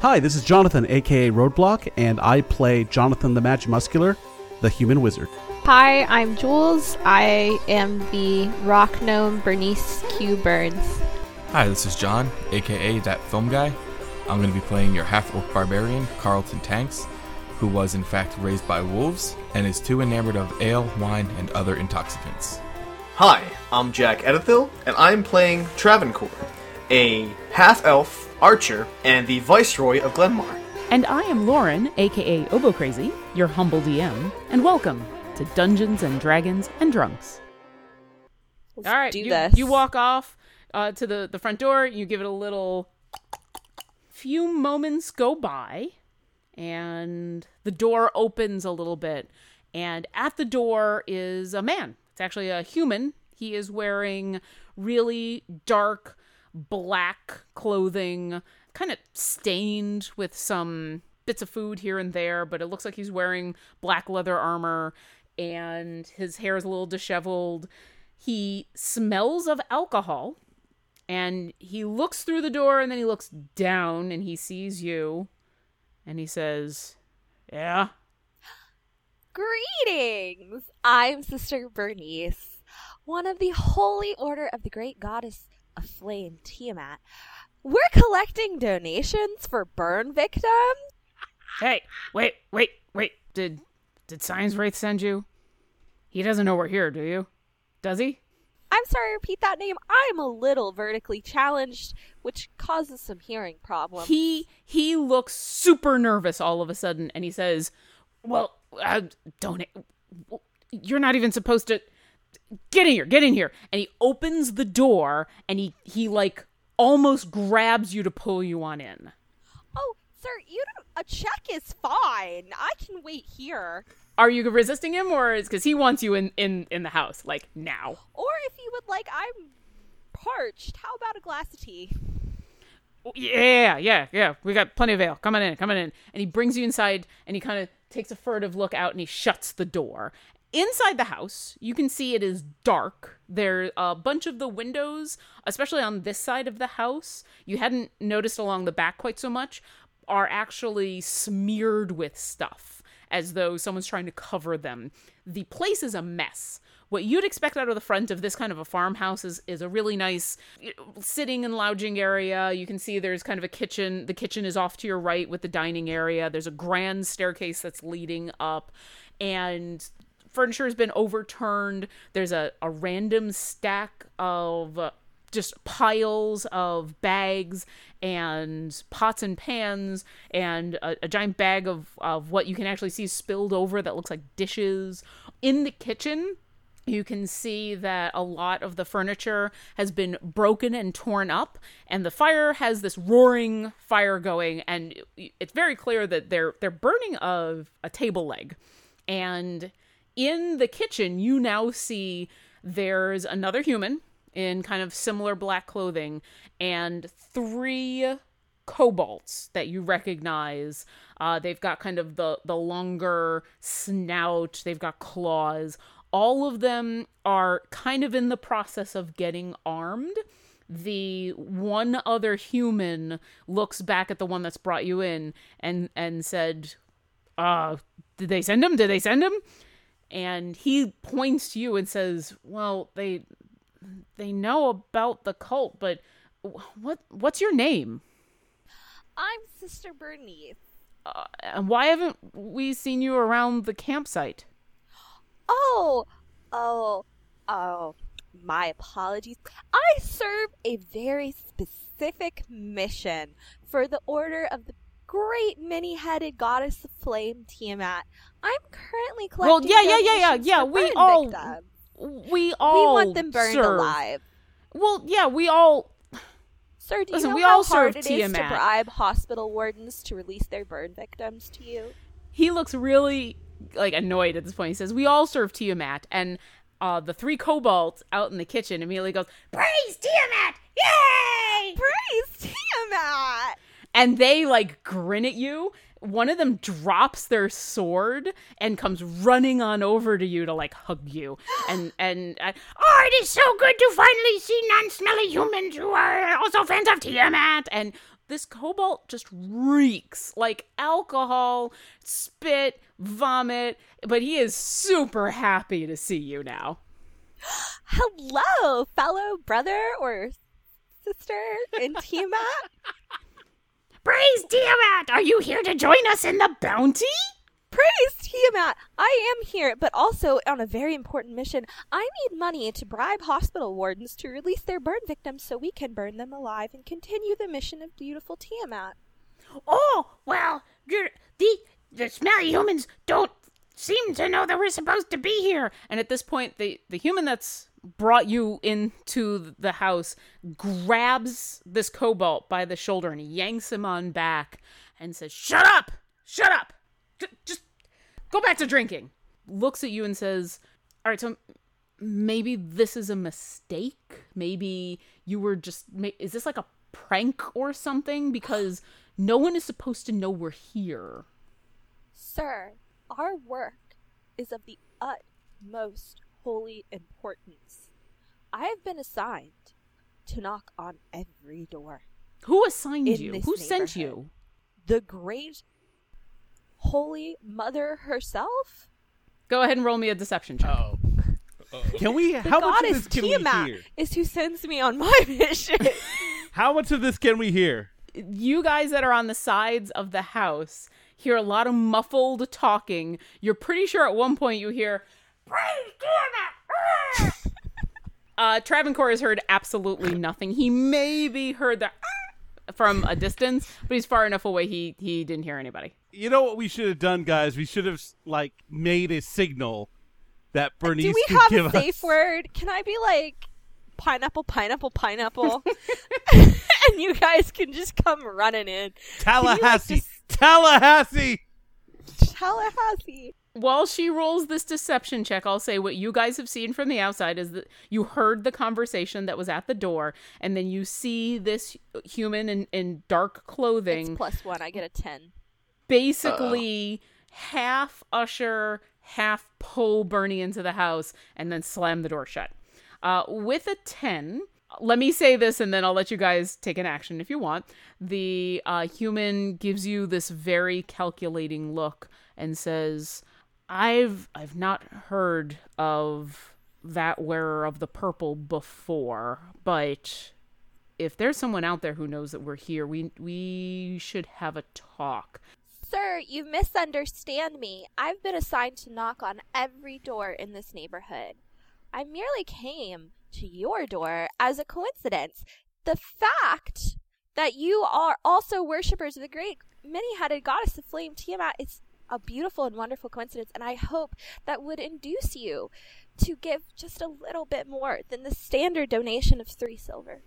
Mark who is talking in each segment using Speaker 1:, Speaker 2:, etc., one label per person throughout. Speaker 1: Hi, this is Jonathan, aka Roadblock, and I play Jonathan the Match Muscular, the human wizard.
Speaker 2: Hi, I'm Jules. I am the rock gnome Bernice Q Burns.
Speaker 3: Hi, this is John, aka That Film Guy. I'm going to be playing your half orc barbarian, Carlton Tanks, who was in fact raised by wolves and is too enamored of ale, wine, and other intoxicants.
Speaker 4: Hi, I'm Jack Edithil, and I'm playing Travancore, a half elf archer and the Viceroy of Glenmar.
Speaker 5: And I am Lauren, aka Obo Crazy, your humble DM, and welcome to Dungeons and Dragons and Drunks.
Speaker 2: Let's
Speaker 5: All right,
Speaker 2: do
Speaker 5: you,
Speaker 2: this.
Speaker 5: you walk off uh, to the, the front door, you give it a little. Few moments go by, and the door opens a little bit. And at the door is a man. It's actually a human. He is wearing really dark black clothing, kind of stained with some bits of food here and there, but it looks like he's wearing black leather armor and his hair is a little disheveled. He smells of alcohol and he looks through the door and then he looks down and he sees you and he says, Yeah.
Speaker 6: Greetings! I'm Sister Bernice, one of the Holy Order of the Great Goddess of Flame, Tiamat. We're collecting donations for burn victims.
Speaker 5: Hey, wait, wait, wait. Did did Science Wraith send you? He doesn't know we're here, do you? Does he?
Speaker 6: I'm sorry, repeat that name. I'm a little vertically challenged, which causes some hearing problems.
Speaker 5: He he looks super nervous all of a sudden, and he says, "Well, uh, don't you're not even supposed to get in here, get in here." And he opens the door, and he he like almost grabs you to pull you on in.
Speaker 6: oh, sir, you don't, a check is fine. I can wait here.
Speaker 5: Are you resisting him, or is because he wants you in in in the house like now?
Speaker 6: Or if you would like, I'm parched. How about a glass of tea?
Speaker 5: Oh, yeah, yeah, yeah. We got plenty of ale. Coming in, coming in. And he brings you inside and he kind of takes a furtive look out and he shuts the door. Inside the house, you can see it is dark. There are a bunch of the windows, especially on this side of the house, you hadn't noticed along the back quite so much, are actually smeared with stuff as though someone's trying to cover them. The place is a mess. What you'd expect out of the front of this kind of a farmhouse is, is a really nice you know, sitting and lounging area. You can see there's kind of a kitchen. The kitchen is off to your right with the dining area. There's a grand staircase that's leading up, and furniture has been overturned. There's a, a random stack of uh, just piles of bags and pots and pans and a, a giant bag of, of what you can actually see spilled over that looks like dishes. In the kitchen, you can see that a lot of the furniture has been broken and torn up and the fire has this roaring fire going and it's very clear that they're they're burning a, a table leg and in the kitchen you now see there's another human in kind of similar black clothing and three kobolds that you recognize. Uh, they've got kind of the the longer snout. They've got claws. All of them are kind of in the process of getting armed. The one other human looks back at the one that's brought you in and and said, "Uh, did they send him? Did they send him?" And he points to you and says, "Well, they they know about the cult, but wh- what what's your name?
Speaker 6: I'm Sister Bernice.
Speaker 5: And why haven't we seen you around the campsite?
Speaker 6: Oh, oh, oh. My apologies. I serve a very specific mission for the Order of the Great Many Headed Goddess of Flame, Tiamat. I'm currently
Speaker 5: Well,
Speaker 6: collecting.
Speaker 5: yeah, yeah, yeah, yeah,
Speaker 6: donations
Speaker 5: yeah.
Speaker 6: for
Speaker 5: We
Speaker 6: burn
Speaker 5: all
Speaker 6: victims.
Speaker 5: we
Speaker 6: we
Speaker 5: all
Speaker 6: want them burned
Speaker 5: serve.
Speaker 6: alive.
Speaker 5: Well, yeah, we all
Speaker 6: Sir, do
Speaker 5: Listen,
Speaker 6: you know
Speaker 5: we
Speaker 6: how
Speaker 5: all serve
Speaker 6: hard it is
Speaker 5: Tiamat.
Speaker 6: to bribe hospital wardens to release their burn victims to you?
Speaker 5: he looks really like annoyed at this point. He says, "We all serve Tiamat," and uh, the three kobolds out in the kitchen immediately goes, "Praise Tiamat! Yay!"
Speaker 6: Praise Tiamat!
Speaker 5: and they like grin at you. One of them drops their sword and comes running on over to you to like hug you. And and uh, oh, it is so good to finally see non-smelly humans who are also fans of Tiamat. And This cobalt just reeks like alcohol, spit, vomit, but he is super happy to see you now.
Speaker 6: Hello, fellow brother or sister in Tiamat.
Speaker 5: Praise Tiamat! Are you here to join us in the bounty?
Speaker 6: Praise Tiamat! I am here, but also on a very important mission. I need money to bribe hospital wardens to release their burn victims so we can burn them alive and continue the mission of beautiful Tiamat.
Speaker 7: Oh, well, you're, the the smelly humans don't seem to know that we're supposed to be here.
Speaker 5: And at this point, the the human that's brought you into the house grabs this cobalt by the shoulder and yanks him on back and says, "Shut up! Shut up! J- just go back to drinking." Looks at you and says, "All right, so maybe this is a mistake. Maybe you were just ma- is this like a prank or something because no one is supposed to know we're here."
Speaker 6: Sir, our work is of the utmost holy importance. I have been assigned to knock on every door.
Speaker 5: Who assigned
Speaker 6: In
Speaker 5: you?
Speaker 6: this
Speaker 5: Who sent you?
Speaker 6: neighborhood. The great holy mother herself?
Speaker 5: Go ahead and roll me a deception check.
Speaker 1: Oh.
Speaker 8: Can we?
Speaker 6: The
Speaker 8: how much of
Speaker 6: goddess
Speaker 8: this can we
Speaker 6: Tiamat
Speaker 8: hear?
Speaker 6: is who sends me on my mission.
Speaker 1: How much of this can we hear?
Speaker 5: you guys that are on the sides of the house hear a lot of muffled talking. You're pretty sure at one point you hear,
Speaker 7: Praise Tiamat! Ah!
Speaker 5: uh, Travancore has heard absolutely nothing. He maybe heard the "Ah!" from a distance, but he's far enough away he he didn't hear anybody.
Speaker 1: You know what we should have done, guys? We should have like made a signal that Bernice
Speaker 6: Uh, Do we
Speaker 1: could
Speaker 6: have
Speaker 1: give
Speaker 6: a
Speaker 1: us.
Speaker 6: safe word? Can I be like pineapple, pineapple, pineapple? and you guys can just come running in.
Speaker 1: Tallahassee, Tallahassee.
Speaker 6: Tallahassee.
Speaker 5: While she rolls this deception check, I'll say what you guys have seen from the outside is that you heard the conversation that was at the door, and then you see this human in, in dark clothing.
Speaker 6: It's plus one. I get a ten.
Speaker 5: basically half usher, half pull Bernie into the house, and then slam the door shut. Uh, with a 10, let me say this and then I'll let you guys take an action if you want. The uh, human gives you this very calculating look and says, I've I've not heard of that wearer of the purple before, but if there's someone out there who knows that we're here, we we should have a talk.
Speaker 6: Sir, you misunderstand me. I've been assigned to knock on every door in this neighborhood. I merely came to your door as a coincidence. The fact that you are also worshippers of the great many headed goddess of flame, Tiamat, is a beautiful and wonderful coincidence, and I hope that would induce you to give just a little bit more than the standard donation of three silver.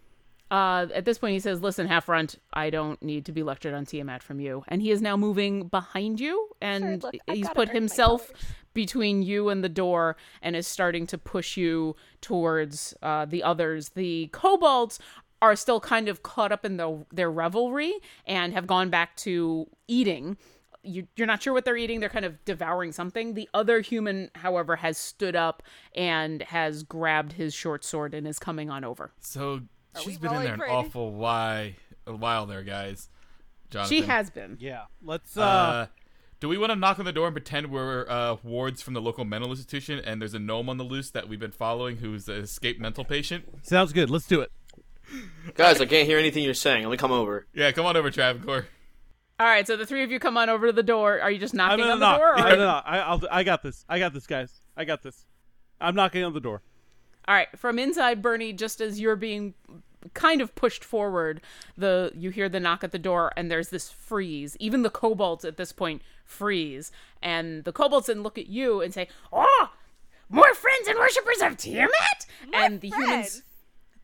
Speaker 5: Uh, at this point, he says, "Listen, Halfrunt, I don't need to be lectured on Tiamat from you." And he is now moving behind you, and
Speaker 6: look, I've
Speaker 5: he's
Speaker 6: gotta
Speaker 5: put
Speaker 6: earn my
Speaker 5: himself
Speaker 6: dollars.
Speaker 5: between you and the door, and is starting to push you towards uh, the others. The kobolds are still kind of caught up in the, their revelry and have gone back to eating. You, you're not sure what they're eating. They're kind of devouring something. The other human, however, has stood up and has grabbed his short sword and is coming on over.
Speaker 3: So
Speaker 6: Are
Speaker 3: she's
Speaker 6: we
Speaker 3: been in there an
Speaker 6: rolling for-
Speaker 3: awful why a while there, guys. Jonathan.
Speaker 5: She has been.
Speaker 1: Yeah, let's.
Speaker 3: Uh,
Speaker 1: Uh,
Speaker 3: do we want to knock on the door and pretend we're uh, wards from the local mental institution and there's a gnome on the loose that we've been following who's an escaped mental patient?
Speaker 1: sounds good. Let's do it.
Speaker 9: Guys, I can't hear anything you're saying. Let me come over.
Speaker 3: Yeah, come on over, Travancore.
Speaker 5: All right, so the three of you come on over to the door. Are you just
Speaker 1: No,
Speaker 5: knocking
Speaker 1: no, no,
Speaker 5: on the door?
Speaker 1: no,
Speaker 5: Or...
Speaker 1: no, no, no. I, I'll, I got this. I got this, guys. I got this. I'm knocking on the door.
Speaker 5: All right, from inside, Bernie, just as you're being kind of pushed forward, the you hear the knock at the door, and there's this freeze. Even the kobolds at this point freeze, and the kobolds then look at you and say,
Speaker 7: Oh, more friends and worshippers of Tiamat?
Speaker 5: and the humans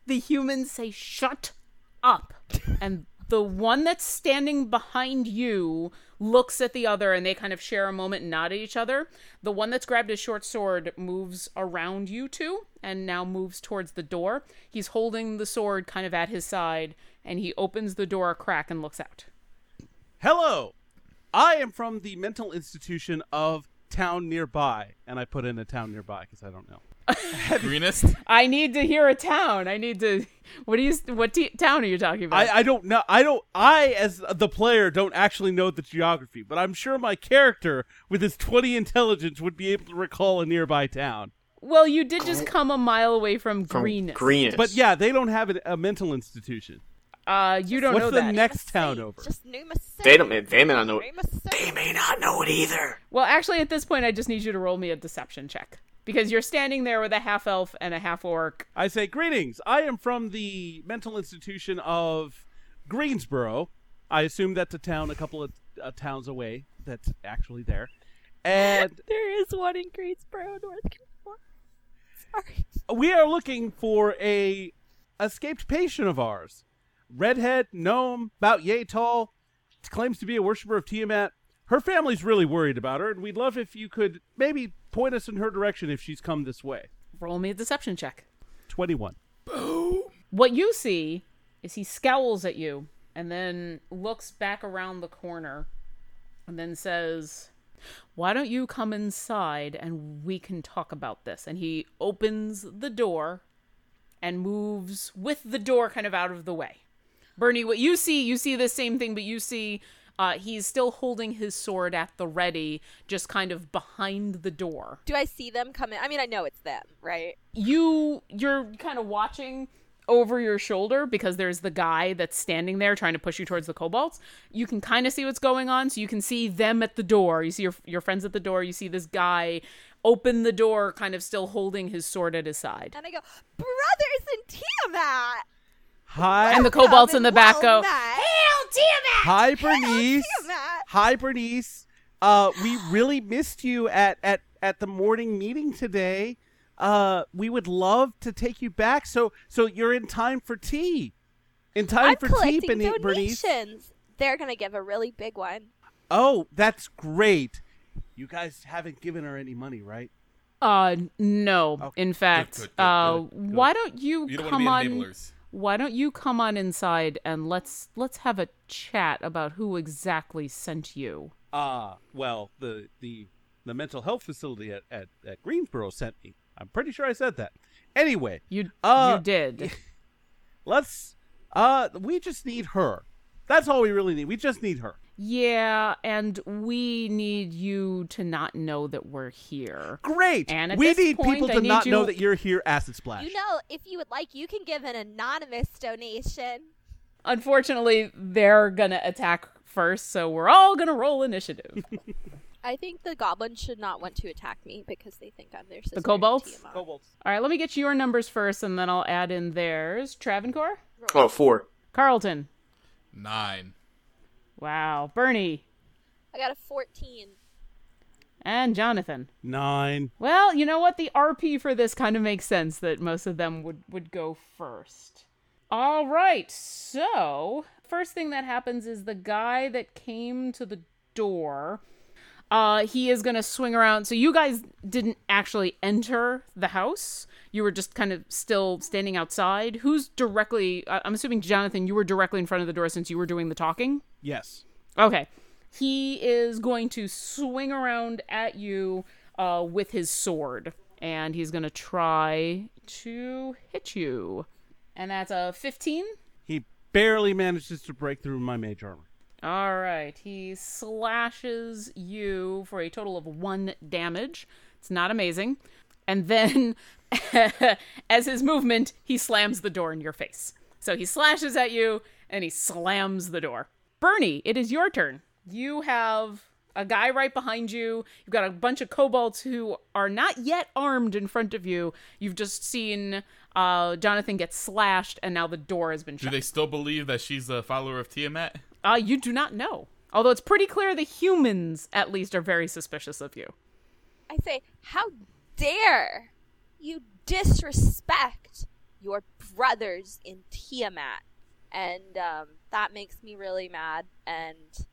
Speaker 5: the humans say shut up and the one that's standing behind you looks at the other and they kind of share a moment and nod at each other the one that's grabbed his short sword moves around you two and now moves towards the door he's holding the sword kind of at his side and he opens the door a crack and looks out
Speaker 1: Hello.
Speaker 8: I am from the mental institution of town nearby, and I put in a town nearby because I don't know.
Speaker 3: Greenest?
Speaker 5: I need to hear a town. I need to. What do you? What t- town are you talking about?
Speaker 1: I, I don't know. I don't. I as the player don't actually know the geography, but I'm sure my character with his 20 intelligence would be able to recall a nearby town.
Speaker 5: well, you did just come a mile away from,
Speaker 4: From
Speaker 5: Greenest.
Speaker 4: Greenest.
Speaker 1: But yeah, they don't have a, a mental institution.
Speaker 5: Uh, you don't
Speaker 1: What's
Speaker 5: know
Speaker 1: the
Speaker 5: that.
Speaker 1: next
Speaker 9: Say,
Speaker 1: town over?
Speaker 9: Just Numa City.
Speaker 4: They don't- they may not know-
Speaker 9: Numa City.
Speaker 4: they may not know it either.
Speaker 5: well, actually, at this point, I just need you to roll me a deception check because you're standing there with a half elf and a half orc.
Speaker 1: I say, greetings. I am from the mental institution of Greensboro. I assume that's a town a couple of uh, towns away. That's actually there. And
Speaker 9: There is one in Greensboro, North Carolina. Sorry.
Speaker 1: we are looking for a escaped patient of ours. Redhead, gnome, about yay tall, claims to be a worshiper of Tiamat. Her family's really worried about her, and we'd love if you could maybe point us in her direction if she's come this way.
Speaker 5: Roll me a deception check.
Speaker 1: 21.
Speaker 5: What you see is he scowls at you and then looks back around the corner and then says, Why don't you come inside and we can talk about this? And he opens the door and moves with the door kind of out of the way. Bernie, what you see, you see the same thing, but you see uh, he's still holding his sword at the ready, just kind of behind the door
Speaker 9: Do I see them coming? I mean, I know it's them, right?
Speaker 5: you you're kind of watching over your shoulder because there's the guy that's standing there trying to push you towards the kobolds. You can kind of see what's going on, so you can see them at the door. You see your your friends at the door. You see this guy open the door, kind of still holding his sword at his side.
Speaker 9: And I go, brothers in Tiamat.
Speaker 1: Hi,
Speaker 5: And the kobolds in the back go,
Speaker 9: Hail
Speaker 1: hi Bernice.
Speaker 9: Tiamat.
Speaker 1: Hi Bernice. Uh, we really missed you at, at, at the morning meeting today. Uh, we would love to take you back, so so you're in time for tea. In time
Speaker 9: I'm
Speaker 1: for tea,
Speaker 9: collecting
Speaker 1: Berni- Bernice.
Speaker 9: donations. They're gonna give a really big one.
Speaker 1: Oh, that's great. You guys haven't given her any money, right?
Speaker 5: uh, no. In fact,
Speaker 3: Oh, good, good,
Speaker 5: uh,
Speaker 3: good, good.
Speaker 5: why don't you,
Speaker 3: You don't
Speaker 5: come
Speaker 3: want to be
Speaker 5: on?
Speaker 3: enablers.
Speaker 5: Why don't you come on inside and let's let's have a chat about who exactly sent you.
Speaker 1: Ah, well, the the the mental health facility at, at, at Greensboro sent me. I'm pretty sure I said that. Anyway,
Speaker 5: You
Speaker 1: Uh,
Speaker 5: you did.
Speaker 1: let's uh we just need her. That's all we really need. We just need her.
Speaker 5: Yeah, and we need you to not know that we're here.
Speaker 1: Great.
Speaker 5: And at
Speaker 1: we
Speaker 5: this
Speaker 1: need
Speaker 5: point,
Speaker 1: people
Speaker 5: I
Speaker 1: to
Speaker 5: need
Speaker 1: not
Speaker 5: you-
Speaker 1: know that you're here acid splash.
Speaker 9: You know, if you would like, you can give an anonymous donation.
Speaker 5: Unfortunately, they're gonna attack first, so we're all gonna roll initiative.
Speaker 9: I think the goblins should not want to attack me because they think I'm their sister.
Speaker 5: kobolds?
Speaker 9: Tiamat.
Speaker 5: all right, let me get your numbers first, and then I'll add in theirs. Travancore,
Speaker 4: Oh, four.
Speaker 5: Carlton.
Speaker 3: Nine.
Speaker 5: Wow, Bernie
Speaker 9: I got a 14.
Speaker 5: and Jonathan.
Speaker 1: Nine.
Speaker 5: Well, you know what? The RP for this kind of makes sense that most of them would, would go first. All right, so first thing that happens is the guy that came to the door. Uh, he is going to swing around. So you guys didn't actually enter the house. You were just kind of still standing outside. Who's directly? I- I'm assuming Jonathan, you were directly in front of the door since you were doing the talking.
Speaker 1: Yes.
Speaker 5: Okay. He is going to swing around at you uh, with his sword, and he's going to try to hit you. And that's a 15.
Speaker 1: He barely manages to break through my mage armor.
Speaker 5: All right. He slashes you for a total of one damage. It's not amazing. And then, as his movement, he slams the door in your face. So he slashes at you and he slams the door. Bernie, it is your turn. You have a guy right behind you. You've got a bunch of kobolds who are not yet armed in front of you. You've just seen uh, Jonathan get slashed, and now the door has been
Speaker 3: Do
Speaker 5: shut.
Speaker 3: they still believe that she's a follower of Tiamat?
Speaker 5: Uh, you do not know. Although it's pretty clear the humans, at least, are very suspicious of you.
Speaker 9: I say, how dare you disrespect your brothers in Tiamat? And um, that makes me really mad. And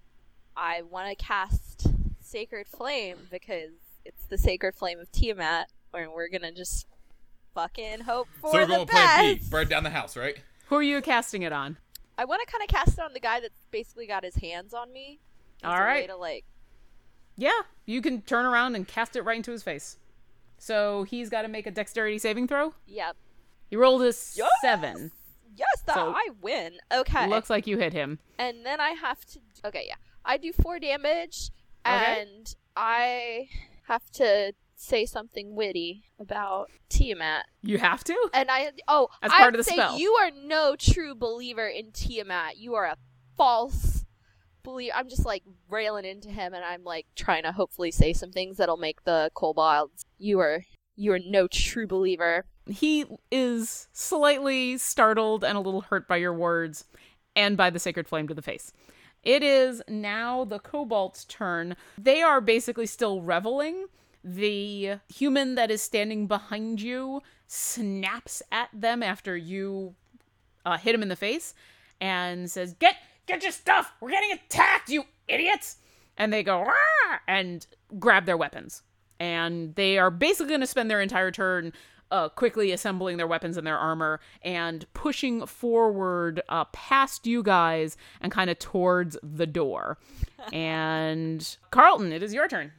Speaker 9: I want to cast Sacred Flame because it's the Sacred Flame of Tiamat, and we're gonna just fucking hope for
Speaker 3: so we're
Speaker 9: the
Speaker 3: going plan B.
Speaker 9: best.
Speaker 3: Burn down the house, right?
Speaker 5: Who are you casting it on?
Speaker 9: I want to kind of cast it on the guy that's basically got his hands on me. as
Speaker 5: All
Speaker 9: a way
Speaker 5: right.
Speaker 9: to like
Speaker 5: Yeah, you can turn around and cast it right into his face. So he's got to make a dexterity saving throw.
Speaker 9: Yep.
Speaker 5: He rolled a
Speaker 9: Yes!
Speaker 5: seven.
Speaker 9: Yes, that
Speaker 5: So-
Speaker 9: I win. Okay.
Speaker 5: Looks like you hit him.
Speaker 9: and then I have to. Okay, yeah. I do four damage,
Speaker 5: Okay.
Speaker 9: and I have to say something witty about Tiamat.
Speaker 5: You have to.
Speaker 9: And I oh,
Speaker 5: As
Speaker 9: I
Speaker 5: part of the
Speaker 9: say
Speaker 5: spell.
Speaker 9: you are no true believer in Tiamat. You are a false believer. I'm just like railing into him, and I'm like trying to hopefully say some things that'll make the kobolds. You are you are no true believer.
Speaker 5: He is slightly startled and a little hurt by your words and by the sacred flame to the face. It is now the kobolt's turn. They are basically still reveling. The human that is standing behind you snaps at them after you uh, hit him in the face and says, "Get get your stuff. We're getting attacked, you idiots!" And they go "Rah!" and grab their weapons. And they are basically going to spend their entire turn uh, quickly assembling their weapons and their armor and pushing forward uh, past you guys and kind of towards the door. and Carlton, it is your turn.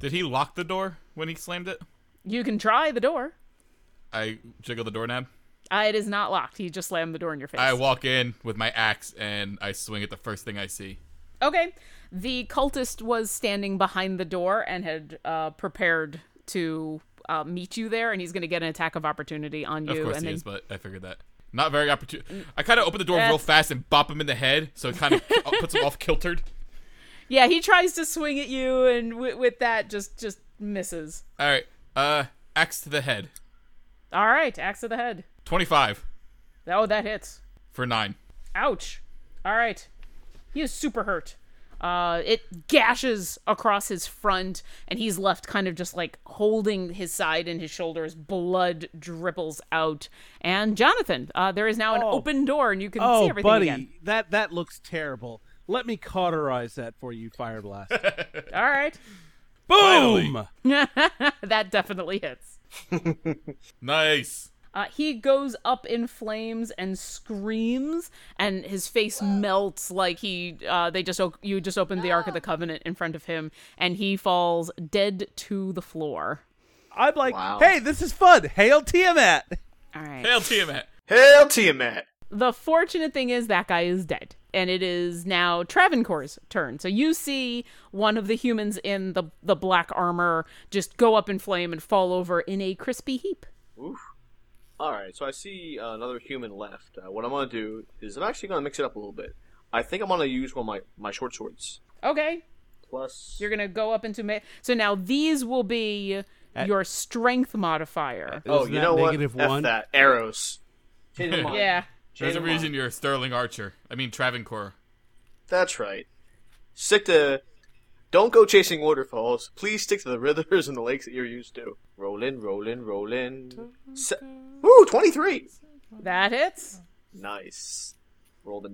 Speaker 3: Did he lock the door when he slammed it?
Speaker 5: You can try the door.
Speaker 3: I jiggle the doorknob.
Speaker 5: Uh, it is not locked. He just slammed the door in your face.
Speaker 3: I walk in with my axe and I swing at the first thing I see.
Speaker 5: Okay. The cultist was standing behind the door and had uh, prepared to uh, meet you there, and he's going to get an attack of opportunity on you.
Speaker 3: Of course
Speaker 5: and
Speaker 3: he
Speaker 5: then Mm.
Speaker 3: is, but I figured that. Not very opportune. I kind of open the door real
Speaker 5: That's-
Speaker 3: fast and bop him in the head, so it kind of puts him off kiltered.
Speaker 5: yeah, he tries to swing at you, and wi with that, just just misses.
Speaker 3: All right, uh, axe to the head.
Speaker 5: All right, axe to the head.
Speaker 3: Twenty-five
Speaker 5: Oh, that hits.
Speaker 3: for nine.
Speaker 5: Ouch. All right. He is super hurt. Uh, it gashes across his front, and he's left kind of just like holding his side and his shoulders. Blood dripples out. And Jonathan, uh, there is now an
Speaker 1: Oh.
Speaker 5: open door, and you can see
Speaker 1: Oh,
Speaker 5: everything
Speaker 1: buddy,
Speaker 5: again.
Speaker 1: that that looks terrible. Let me cauterize that for you, Fire Blast.
Speaker 5: All right.
Speaker 1: Boom!
Speaker 5: that definitely hits.
Speaker 3: Nice.
Speaker 5: Uh, he goes up in flames and screams, and his face melts like he. Uh, they just o- you just opened the Ark of the Covenant in front of him, and he falls dead to the floor.
Speaker 1: I'm like,
Speaker 4: Wow.
Speaker 1: hey, this is fun. Hail Tiamat!
Speaker 5: All right.
Speaker 3: Hail Tiamat.
Speaker 4: Hail Tiamat!
Speaker 5: The fortunate thing is that guy is dead, and it is now Travancore's turn. So you see one of the humans in the the black armor just go up in flame and fall over in a crispy heap.
Speaker 4: All right, so I see uh, another human left. Uh, what I'm gonna do is I'm actually gonna mix it up a little bit. I think I'm gonna use one of my my short swords.
Speaker 5: Okay,
Speaker 4: Plus,
Speaker 5: you're gonna go up into ma- so now these will be your strength modifier.
Speaker 4: oh,
Speaker 10: Isn't
Speaker 4: you
Speaker 10: that
Speaker 4: know what?
Speaker 10: negative
Speaker 4: F
Speaker 10: one?
Speaker 4: that arrows. Change of mind.
Speaker 5: Yeah.
Speaker 4: Change
Speaker 3: There's a
Speaker 4: of mind.
Speaker 3: reason you're a Sterling Archer. I mean Travancore.
Speaker 4: That's right. Stick to. Don't go chasing waterfalls. Please stick to the rivers and the lakes that you're used to. Rolling, rolling, rolling. Se- Woo, 23!
Speaker 5: That hits.
Speaker 4: Nice. Roll the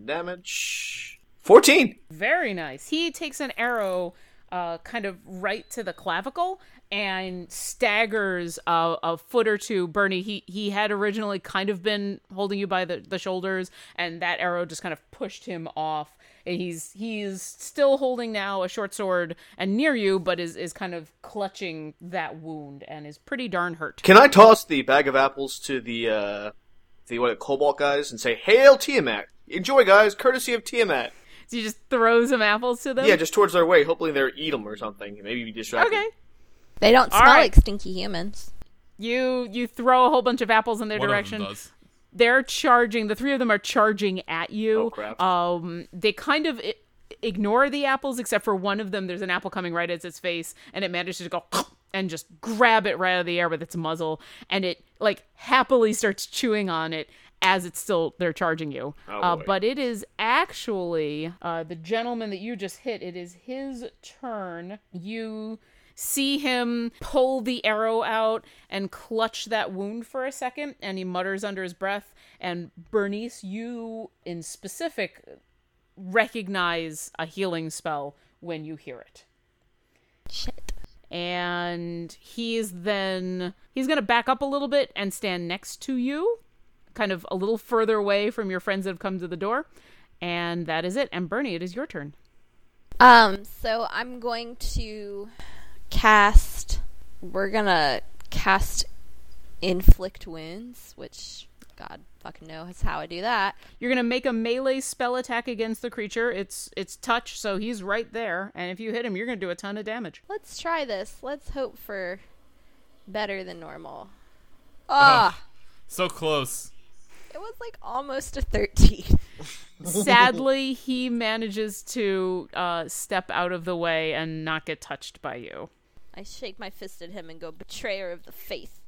Speaker 4: damage. 14!
Speaker 5: Very nice. He takes an arrow uh, kind of right to the clavicle and staggers uh, a foot or two. Bernie, he, he had originally kind of been holding you by the, the shoulders, and that arrow just kind of pushed him off. And he's he's still holding now a short sword and near you, but is, is kind of clutching that wound and is pretty darn hurt.
Speaker 4: Can I toss the bag of apples to the, uh, the, what, Cobalt guys and say, Hail Tiamat! Enjoy, guys, courtesy of Tiamat.
Speaker 5: So you just throw some apples to them?
Speaker 4: Yeah, just towards their way. Hopefully they'll eat them or something. Maybe be distracted.
Speaker 5: Okay.
Speaker 6: They don't
Speaker 5: All
Speaker 6: smell
Speaker 5: right.
Speaker 6: like stinky humans.
Speaker 5: You you throw a whole bunch of apples in their
Speaker 3: One
Speaker 5: direction.
Speaker 3: of them does.
Speaker 5: they're charging the three of them are charging at you
Speaker 4: Oh, crap.
Speaker 5: um they kind of I- ignore the apples except for one of them there's an apple coming right at its face and it manages to go and just grab it right out of the air with its muzzle and it like happily starts chewing on it as it's still they're charging you uh,
Speaker 4: boy.
Speaker 5: but it is actually uh, the gentleman that you just hit it is his turn you see him pull the arrow out and clutch that wound for a second and he mutters under his breath and bernice you in specific recognize a healing spell when you hear it
Speaker 6: Shit.
Speaker 5: and he is then he's going to back up a little bit and stand next to you kind of a little further away from your friends that have come to the door and that is it and bernie it is your turn
Speaker 6: Um, so I'm going to cast. We're gonna
Speaker 9: cast inflict wounds, which God fucking knows how I do that.
Speaker 5: You're gonna make a melee spell attack against the creature. It's it's touch, so he's right there, and if you hit him, you're gonna do a ton of damage.
Speaker 6: Let's try this. Let's hope for better than normal. Ah,
Speaker 3: So close.
Speaker 9: It was like almost a thirteen.
Speaker 5: Sadly, he manages to uh, step out of the way and not get touched by you.
Speaker 9: I shake my fist at him and go, "Betrayer of the faith."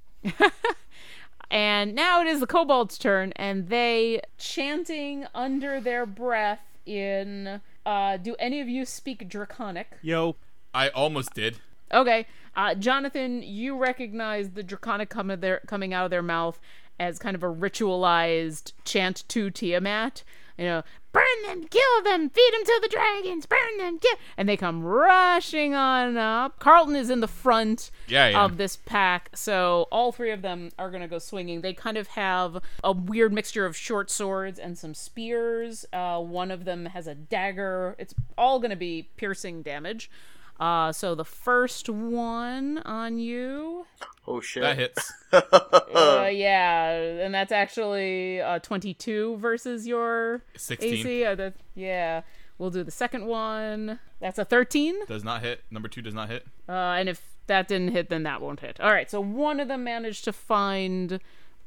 Speaker 5: And now it is the kobold's turn, and they chanting under their breath in. Uh, do any of you speak Draconic?
Speaker 1: Yo,
Speaker 3: I almost did.
Speaker 5: Okay, uh, Jonathan, you recognize the Draconic come of their, coming out of their mouth as kind of a ritualized chant to Tiamat. You know,
Speaker 11: Burn them, kill them, feed them to the dragons, burn them, kill.
Speaker 5: and they come rushing on up. Carlton is in the front
Speaker 3: Yeah, yeah.
Speaker 5: of this pack, so all three of them are going to go swinging. They kind of have a weird mixture of short swords and some spears. Uh, one of them has a dagger. It's all going to be piercing damage. Uh, so the first one on you,
Speaker 4: Oh shit.
Speaker 3: That hits.
Speaker 5: uh, yeah, and that's actually uh, 22 versus your
Speaker 3: 16.
Speaker 5: AC. Uh, that, yeah, we'll do the second one. That's a 13.
Speaker 3: Does not hit. Number two does not hit.
Speaker 5: Uh, and if that didn't hit, then that won't hit. All right, so one of them managed to find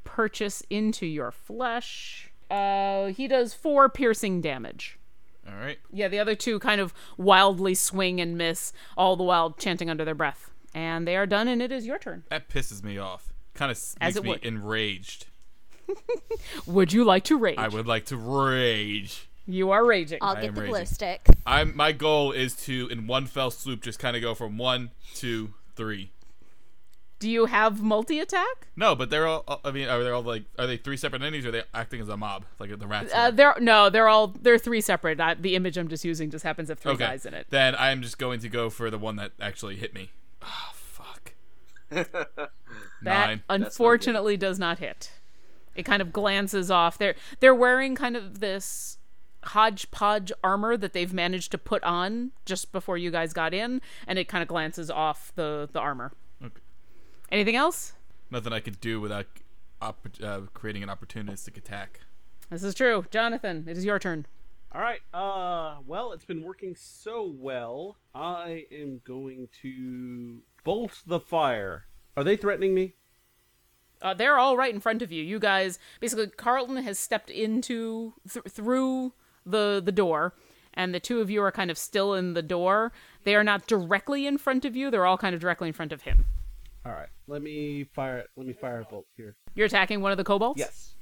Speaker 5: purchase into your flesh. Uh, he does four piercing damage.
Speaker 3: All right.
Speaker 5: Yeah, the other two kind of wildly swing and miss, all the while chanting under their breath. And they are done, and it is your turn.
Speaker 3: That pisses me off. Kind of makes
Speaker 5: it
Speaker 3: me
Speaker 5: would.
Speaker 3: enraged.
Speaker 5: Would you like to rage?
Speaker 3: I would like to rage.
Speaker 5: You are raging.
Speaker 9: I'll
Speaker 3: I
Speaker 9: get
Speaker 3: am
Speaker 9: the glow
Speaker 3: raging.
Speaker 9: sticks.
Speaker 3: I'm my goal is to in one fell swoop just kind of go from one, two, three.
Speaker 5: Do you have multi attack?
Speaker 3: No, but they're all. I mean, are they all like? Are they three separate entities? Or are they acting as a mob, like the rats?
Speaker 5: Uh,
Speaker 3: are?
Speaker 5: they're no, they're all they're three separate. I, the image I'm just using just happens to have three
Speaker 3: okay.
Speaker 5: guys in it.
Speaker 3: Then I am just going to go for the one that actually hit me. Ah, fuck.
Speaker 5: That
Speaker 3: Nine.
Speaker 5: unfortunately does not hit. It kind of glances off. They're they're wearing kind of this hodgepodge armor that they've managed to put on just before you guys got in, and it kind of glances off the the armor.
Speaker 3: Okay.
Speaker 5: Anything else?
Speaker 3: Nothing I could do without opp- uh, creating an opportunistic attack.
Speaker 5: This is true, Jonathan. It is your turn.
Speaker 1: All right. Uh, well, it's been working so well. I am going to bolt the fire. Are they threatening me?
Speaker 5: Uh, they're all right in front of you. You guys, basically, Carlton has stepped into th- through the the door, and the two of you are kind of still in the door. They are not directly in front of you. They're all kind of directly in front of him.
Speaker 1: All right. Let me fire. Let me fire a bolt here.
Speaker 5: You're attacking one of the kobolds.
Speaker 1: Yes.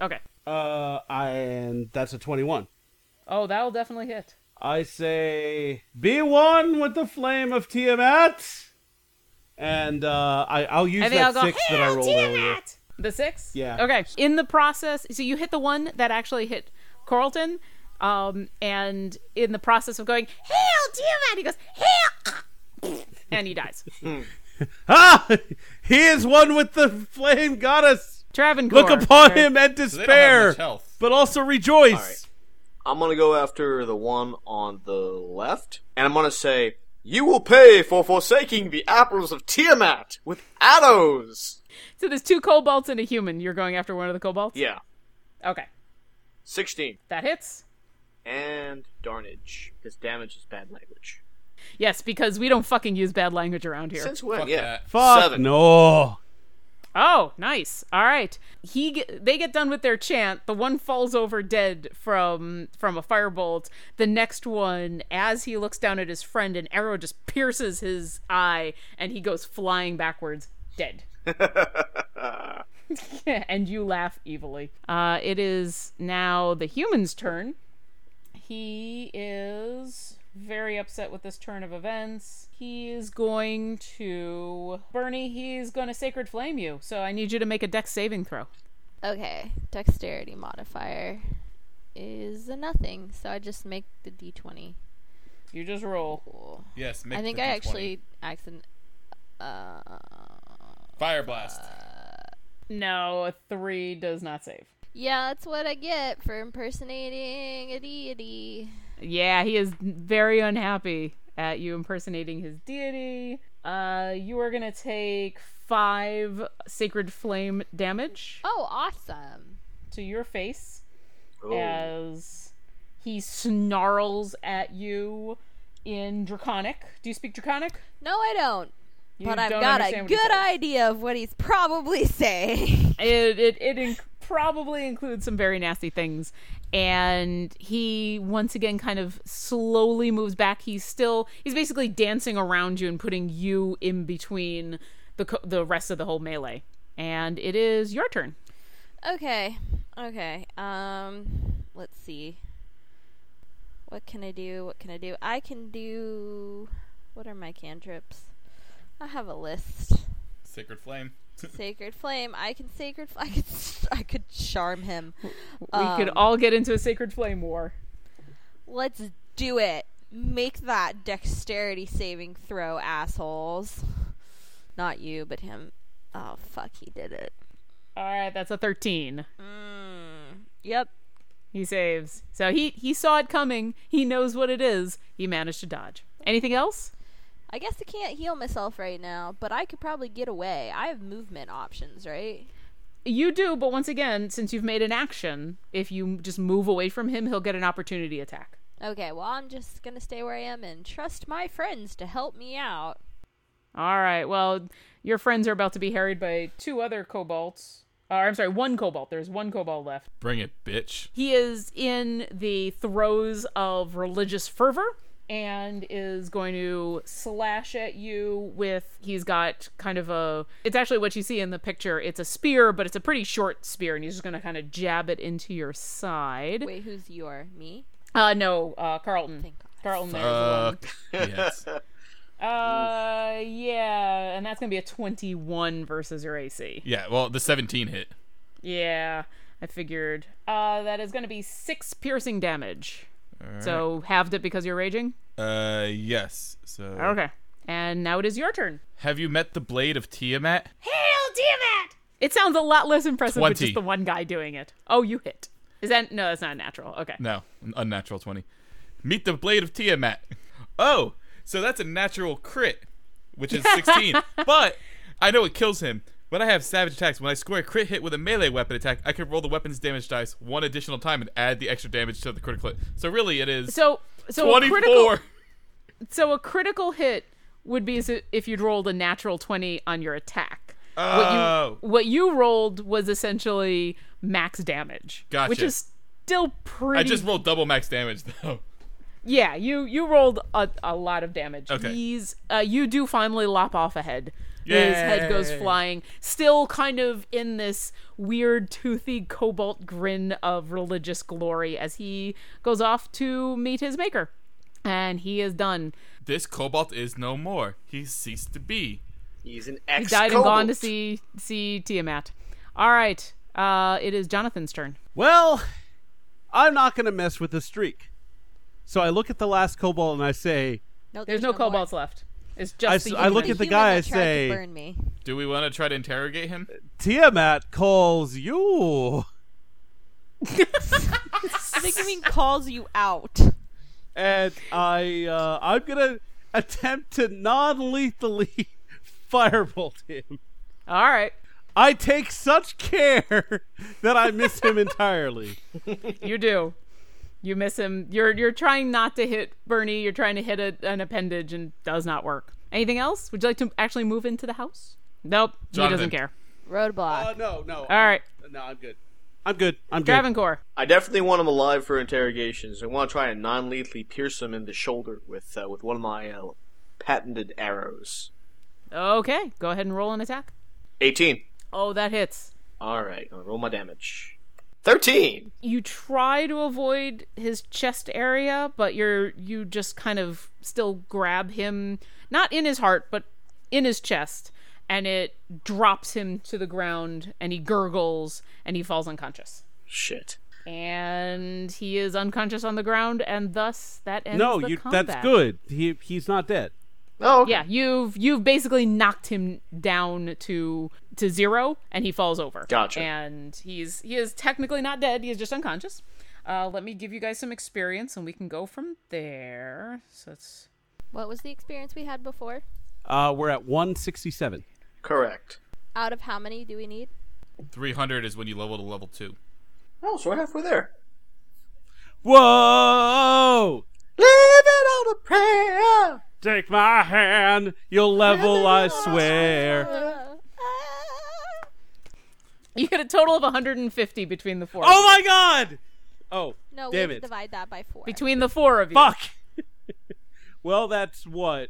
Speaker 5: Okay.
Speaker 1: Uh, and that's a twenty-one.
Speaker 5: Oh, that'll definitely hit.
Speaker 1: I say, be one with the flame of Tiamat. And uh, I, I'll use
Speaker 5: I think I'll
Speaker 1: that
Speaker 5: go,
Speaker 1: six that I rolled earlier.
Speaker 5: The six?
Speaker 1: Yeah.
Speaker 5: Okay. In the process, so you hit the one that actually hit Carlton, um, and in the process of going, "Hail, Tiamat," he goes, "Hail," and he dies.
Speaker 1: Ah! He is one with the flame goddess.
Speaker 5: Travancore.
Speaker 1: Look upon
Speaker 5: Okay.
Speaker 1: him and
Speaker 3: They don't have much
Speaker 1: despair,
Speaker 3: health.
Speaker 1: but also rejoice.
Speaker 4: right. I'm gonna go after the one on the left, and I'm gonna say, "You will pay for forsaking the apples of Tiamat with arrows."
Speaker 5: So there's two kobolds and a human. You're going after one of the kobolds?
Speaker 4: Yeah,
Speaker 5: Okay.
Speaker 4: sixteen
Speaker 5: That hits.
Speaker 4: and darnage because damage is bad language.
Speaker 5: Yes, because we don't fucking use bad language around here.
Speaker 4: Since when?
Speaker 3: Fuck
Speaker 4: yeah,
Speaker 3: that.
Speaker 1: Fuck
Speaker 4: seven.
Speaker 1: no.
Speaker 5: Oh, nice. All right. He get, they get done with their chant. The one falls over dead from from a firebolt. The next one, as he looks down at his friend, an arrow just pierces his eye, and he goes flying backwards, dead. and you laugh evilly. Uh, it is now the human's turn. He is very upset with this turn of events. He is going to Bernie. He's going to sacred flame you. So I need you to make a dex saving throw.
Speaker 6: okay. Dexterity modifier is a nothing, so I just make the d20.
Speaker 5: You just roll.
Speaker 6: Cool.
Speaker 3: Yes, make
Speaker 6: I think
Speaker 3: the
Speaker 6: I
Speaker 3: D20.
Speaker 6: actually accident. Uh,
Speaker 3: fire blast.
Speaker 5: No, a three does not save.
Speaker 6: yeah, that's what I get for impersonating a deity.
Speaker 5: Yeah, he is very unhappy at you impersonating his deity. Uh, you are gonna take five sacred flame damage
Speaker 6: Oh, awesome.
Speaker 5: to your face
Speaker 4: Oh.
Speaker 5: as he snarls at you in draconic. Do you speak draconic?
Speaker 6: No, I don't.
Speaker 5: You
Speaker 6: But I've
Speaker 5: don't
Speaker 6: got a
Speaker 5: understand what he
Speaker 6: good
Speaker 5: says.
Speaker 6: idea of what he's probably saying.
Speaker 5: it it, it inc- probably includes some very nasty things and he once again kind of slowly moves back he's still he's basically dancing around you and putting you in between the co- the rest of the whole melee and it is your turn
Speaker 6: okay. Okay. Um let's see. What can I do? What can I do? I can do what are my cantrips? I have a list.
Speaker 3: Sacred Flame.
Speaker 6: Sacred flame. I can sacred I could I could charm him.
Speaker 5: we could
Speaker 6: Um,
Speaker 5: all get into a sacred flame war
Speaker 6: Let's do it. Make that dexterity saving throw, assholes. Not you, but him. Oh, fuck, he did it.
Speaker 5: all right that's a 13
Speaker 6: Yep.
Speaker 5: he saves so he he saw it coming he knows what it is he managed to dodge anything else
Speaker 6: I guess I can't heal myself right now, but I could probably get away. I have movement options, right?
Speaker 5: You do, but once again, since you've made an action, if you just move away from him, he'll get an opportunity attack.
Speaker 6: Okay, well, I'm just gonna stay where I am and trust my friends to help me out.
Speaker 5: All right. Well, your friends are about to be harried by two other kobolds. Uh, I'm sorry, one cobalt. There's one cobalt left.
Speaker 3: Bring it, bitch.
Speaker 5: He is in the throes of religious fervor and is going to slash at you with he's got kind of a it's actually what you see in the picture it's a spear but it's a pretty short spear and he's just going to kind of jab it into your side
Speaker 6: Wait, who's your? Me?
Speaker 5: Uh, no, uh, Carlton.
Speaker 6: Thank God.
Speaker 5: Carlton there. is
Speaker 3: Fuck. yes.
Speaker 5: the one. Uh, yeah, and that's gonna be a twenty-one versus your AC.
Speaker 3: Yeah, well, the 17 hit.
Speaker 5: Yeah, I figured. Uh, that is gonna be six piercing damage. So halved it because you're raging.
Speaker 3: Uh, yes. So.
Speaker 5: Okay, and now it is your turn.
Speaker 3: Have you met the blade of Tiamat?
Speaker 11: Hail Tiamat!
Speaker 5: It sounds a lot less impressive with
Speaker 3: 20.
Speaker 5: just the one guy doing it. Oh, you hit. Is that no? That's not natural. Okay.
Speaker 3: No, an unnatural 20. Meet the blade of Tiamat. Oh, so that's a natural crit, which is 16. but I know it kills him. When I have savage attacks, when I score a crit hit with a melee weapon attack, I can roll the weapon's damage dice one additional time and add the extra damage to the critical hit. So really, it is
Speaker 5: So, so a
Speaker 3: 24.
Speaker 5: critical. So a critical hit would be as if you'd rolled a natural twenty on your attack.
Speaker 3: oh,
Speaker 5: what you what you rolled was essentially max damage,
Speaker 3: Gotcha.
Speaker 5: which is still pretty.
Speaker 3: I just rolled double max damage though.
Speaker 5: yeah, you you rolled a, a lot of damage.
Speaker 3: Okay.
Speaker 5: He's uh, you do finally lop off a head. His head goes
Speaker 3: Yay.
Speaker 5: flying, still kind of in this weird toothy cobalt grin of religious glory as he goes off to meet his maker, and he is done.
Speaker 3: This cobalt is no more. He ceased to be.
Speaker 4: He's an
Speaker 5: He
Speaker 4: ex.
Speaker 5: died and gone to see see Tiamat. All right, uh, it is Jonathan's turn.
Speaker 10: Well, I'm not going to mess with the streak. So I look at the last cobalt and I say,
Speaker 5: There's no,
Speaker 6: more.
Speaker 5: cobalts left. It's just
Speaker 10: I
Speaker 5: the
Speaker 10: s- I
Speaker 5: human.
Speaker 10: look at the
Speaker 6: human
Speaker 10: guy,
Speaker 6: that
Speaker 10: I
Speaker 6: tried to
Speaker 10: say-
Speaker 6: burn me.
Speaker 3: Do we want to try to interrogate him?
Speaker 10: Tiamat calls you.
Speaker 9: I think you mean calls you out.
Speaker 10: And I, uh, I'm going to attempt to non lethally firebolt him.
Speaker 5: All right,
Speaker 10: I take such care that I miss him entirely.
Speaker 5: you do. You miss him. You're you're trying not to hit Bernie. You're trying to hit a, an appendage and does not work. Anything else? Would you like to actually move into the house? Nope. He
Speaker 3: Jonathan.
Speaker 5: doesn't care.
Speaker 6: Roadblock.
Speaker 10: Uh, no, no. All
Speaker 5: right.
Speaker 10: No, I'm good. I'm good. I'm good.
Speaker 5: Dravencore.
Speaker 4: I definitely want him alive for interrogations. I want to try and non-lethally pierce him in the shoulder with uh, with one of my uh, patented arrows.
Speaker 5: Okay, go ahead and roll an attack.
Speaker 4: 18.
Speaker 5: Oh, that hits.
Speaker 4: All right, I'll roll my damage. 13.
Speaker 5: you try to avoid his chest area, but you're you just kind of still grab him not in his heart, but in his chest, and it drops him to the ground and he gurgles and he falls unconscious.
Speaker 4: Shit.
Speaker 5: And he is unconscious on the ground and thus that ends
Speaker 10: No,
Speaker 5: the
Speaker 10: you,
Speaker 5: combat.
Speaker 10: that's good. He, he's not dead.
Speaker 4: Oh, okay.
Speaker 5: Yeah, you've you've basically knocked him down to to zero, and he falls over.
Speaker 4: Gotcha.
Speaker 5: And he's he is technically not dead; he is just unconscious. Uh, let me give you guys some experience, and we can go from there. So it's
Speaker 6: What was the experience we had before?
Speaker 1: Uh, we're at 167.
Speaker 4: Correct.
Speaker 6: Out of how many do we need?
Speaker 3: 300 is when you level to level 2.
Speaker 4: Oh, so we're halfway there.
Speaker 1: Whoa!
Speaker 4: Living on a prayer.
Speaker 1: Take my hand, you'll level, I swear.
Speaker 5: You get a total of 150 between the four.
Speaker 1: Oh my god! Oh,
Speaker 6: No,
Speaker 1: damn
Speaker 6: we
Speaker 1: it.
Speaker 6: divide that by four.
Speaker 5: Between the four of you.
Speaker 1: Fuck! well, that's what?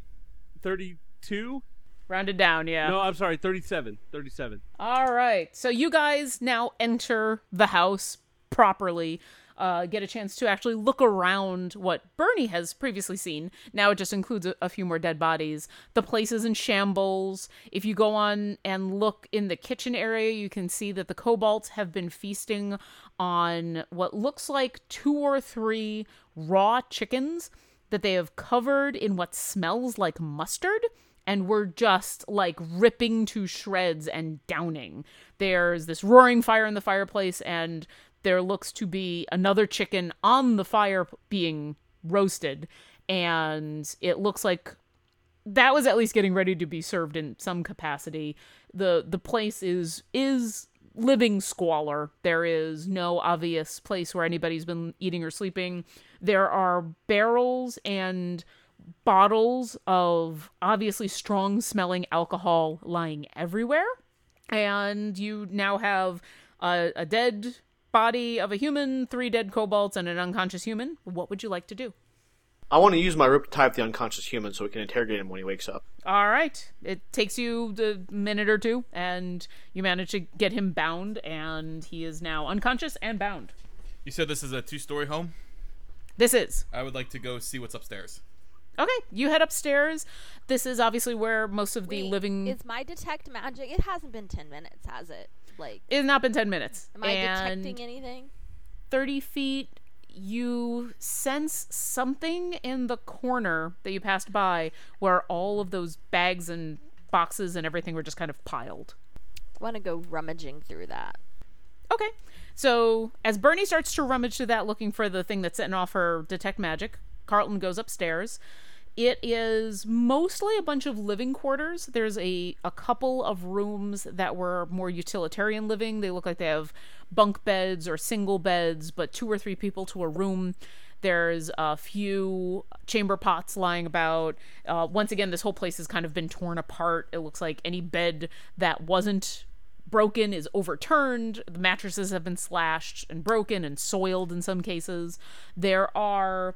Speaker 1: 32?
Speaker 5: Rounded down, yeah.
Speaker 1: No, I'm sorry, 37. 37.
Speaker 5: All right. So you guys now enter the house properly. Uh, get a chance to actually look around what Bernie has previously seen. Now it just includes a, a few more dead bodies. The place is in shambles. If you go on and look in the kitchen area, you can see that the kobolds have been feasting on what looks like two or three raw chickens that they have covered in what smells like mustard and were just like ripping to shreds and downing. There's this roaring fire in the fireplace, and there looks to be another chicken on the fire being roasted. And it looks like that was at least getting ready to be served in some capacity. The the place is is living squalor. There is no obvious place where anybody's been eating or sleeping. There are barrels and bottles of obviously strong smelling alcohol lying everywhere. And you now have a, a dead body of a human, three dead kobolds, and an unconscious human. What would you like to do?
Speaker 4: I want to use my rope to tie up the unconscious human so we can interrogate him when he wakes up.
Speaker 5: All right. It takes you a minute or two, and you manage to get him bound, and he is now unconscious and bound.
Speaker 3: You said this is a two story home?
Speaker 5: This is.
Speaker 3: I would like to go see what's upstairs.
Speaker 5: Okay, you head upstairs. This is obviously where most of the
Speaker 6: Wait,
Speaker 5: living.
Speaker 6: Is my detect magic? It hasn't been ten minutes, has it? Like,
Speaker 5: It has not been 10 minutes.
Speaker 6: am I
Speaker 5: and
Speaker 6: detecting anything?
Speaker 5: 30 feet, you sense something in the corner that you passed by where all of those bags and boxes and everything were just kind of piled.
Speaker 6: I want to go rummaging through that.
Speaker 5: Okay. So as Bernie starts to rummage through that looking for the thing that's setting off her detect magic, Carlton goes upstairs. It is mostly a bunch of living quarters. There's a, a couple of rooms that were more utilitarian living. They look like they have bunk beds or single beds, but two or three people to a room. There's a few chamber pots lying about. Uh, once again, this whole place has kind of been torn apart. It looks like any bed that wasn't broken is overturned the mattresses have been slashed and broken and soiled in some cases there are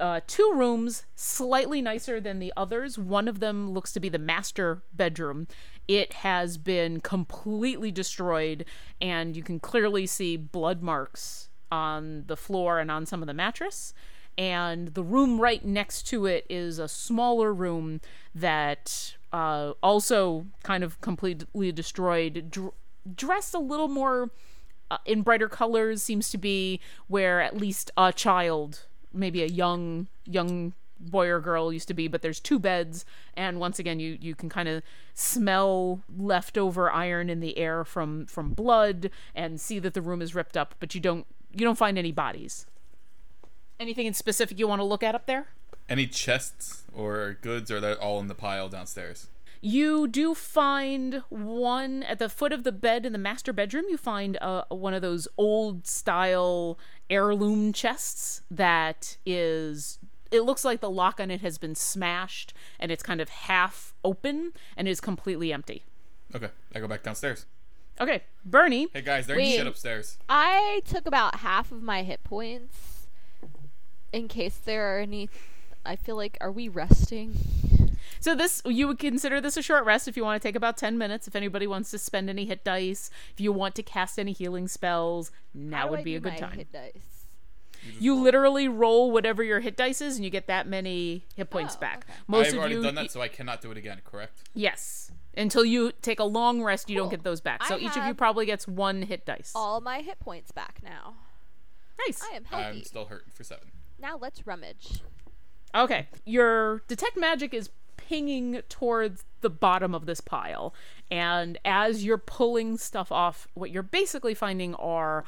Speaker 5: uh, two rooms slightly nicer than the others one of them looks to be the master bedroom it has been completely destroyed and you can clearly see blood marks on the floor and on some of the mattress and the room right next to it is a smaller room that uh, also kind of completely destroyed, dr- dressed a little more uh, in brighter colors. Seems to be where at least a child, maybe a young young boy or girl, used to be. But there's two beds, and once again, you you can kind of smell leftover iron in the air from from blood, and see that the room is ripped up, but you don't you don't find any bodies. Anything in specific you want to look at up there?
Speaker 3: Any chests or goods, or they're all in the pile downstairs?
Speaker 5: You do find one at the foot of the bed in the master bedroom. You find uh, one of those old style heirloom chests that is. It looks like the lock on it has been smashed and it's kind of half open and is completely empty.
Speaker 3: Okay, I go back downstairs.
Speaker 5: Okay, Bernie,
Speaker 3: Hey guys, there's
Speaker 6: Wait.
Speaker 3: shit upstairs.
Speaker 6: I took about half of my hit points in case there are any. I feel like, are we resting?
Speaker 5: So this you would consider this a short rest if you want to take about 10 minutes if anybody wants to spend any hit dice, if you want to cast any healing spells, now
Speaker 6: How do
Speaker 5: would
Speaker 6: I
Speaker 5: be
Speaker 6: do
Speaker 5: a good
Speaker 6: my
Speaker 5: time.
Speaker 6: Hit dice?
Speaker 5: You literally roll whatever your hit dice is, and you get that many hit points
Speaker 6: Oh,
Speaker 5: back.
Speaker 6: okay.
Speaker 5: Most
Speaker 3: I've
Speaker 5: of
Speaker 3: already
Speaker 5: you, e-
Speaker 3: done that, so I cannot do it again, correct?
Speaker 5: yes, until you take a long rest, you don't
Speaker 6: Cool.
Speaker 5: get those back.
Speaker 6: I
Speaker 5: So each of you
Speaker 6: have-
Speaker 5: probably gets one hit dice.
Speaker 6: All my hit points back now.
Speaker 5: nice.
Speaker 6: I am
Speaker 3: I'm
Speaker 6: healthy.
Speaker 3: still hurting for seven.
Speaker 6: Now let's rummage.
Speaker 5: Okay, your detect magic is pinging towards the bottom of this pile, and as you're pulling stuff off, what you're basically finding are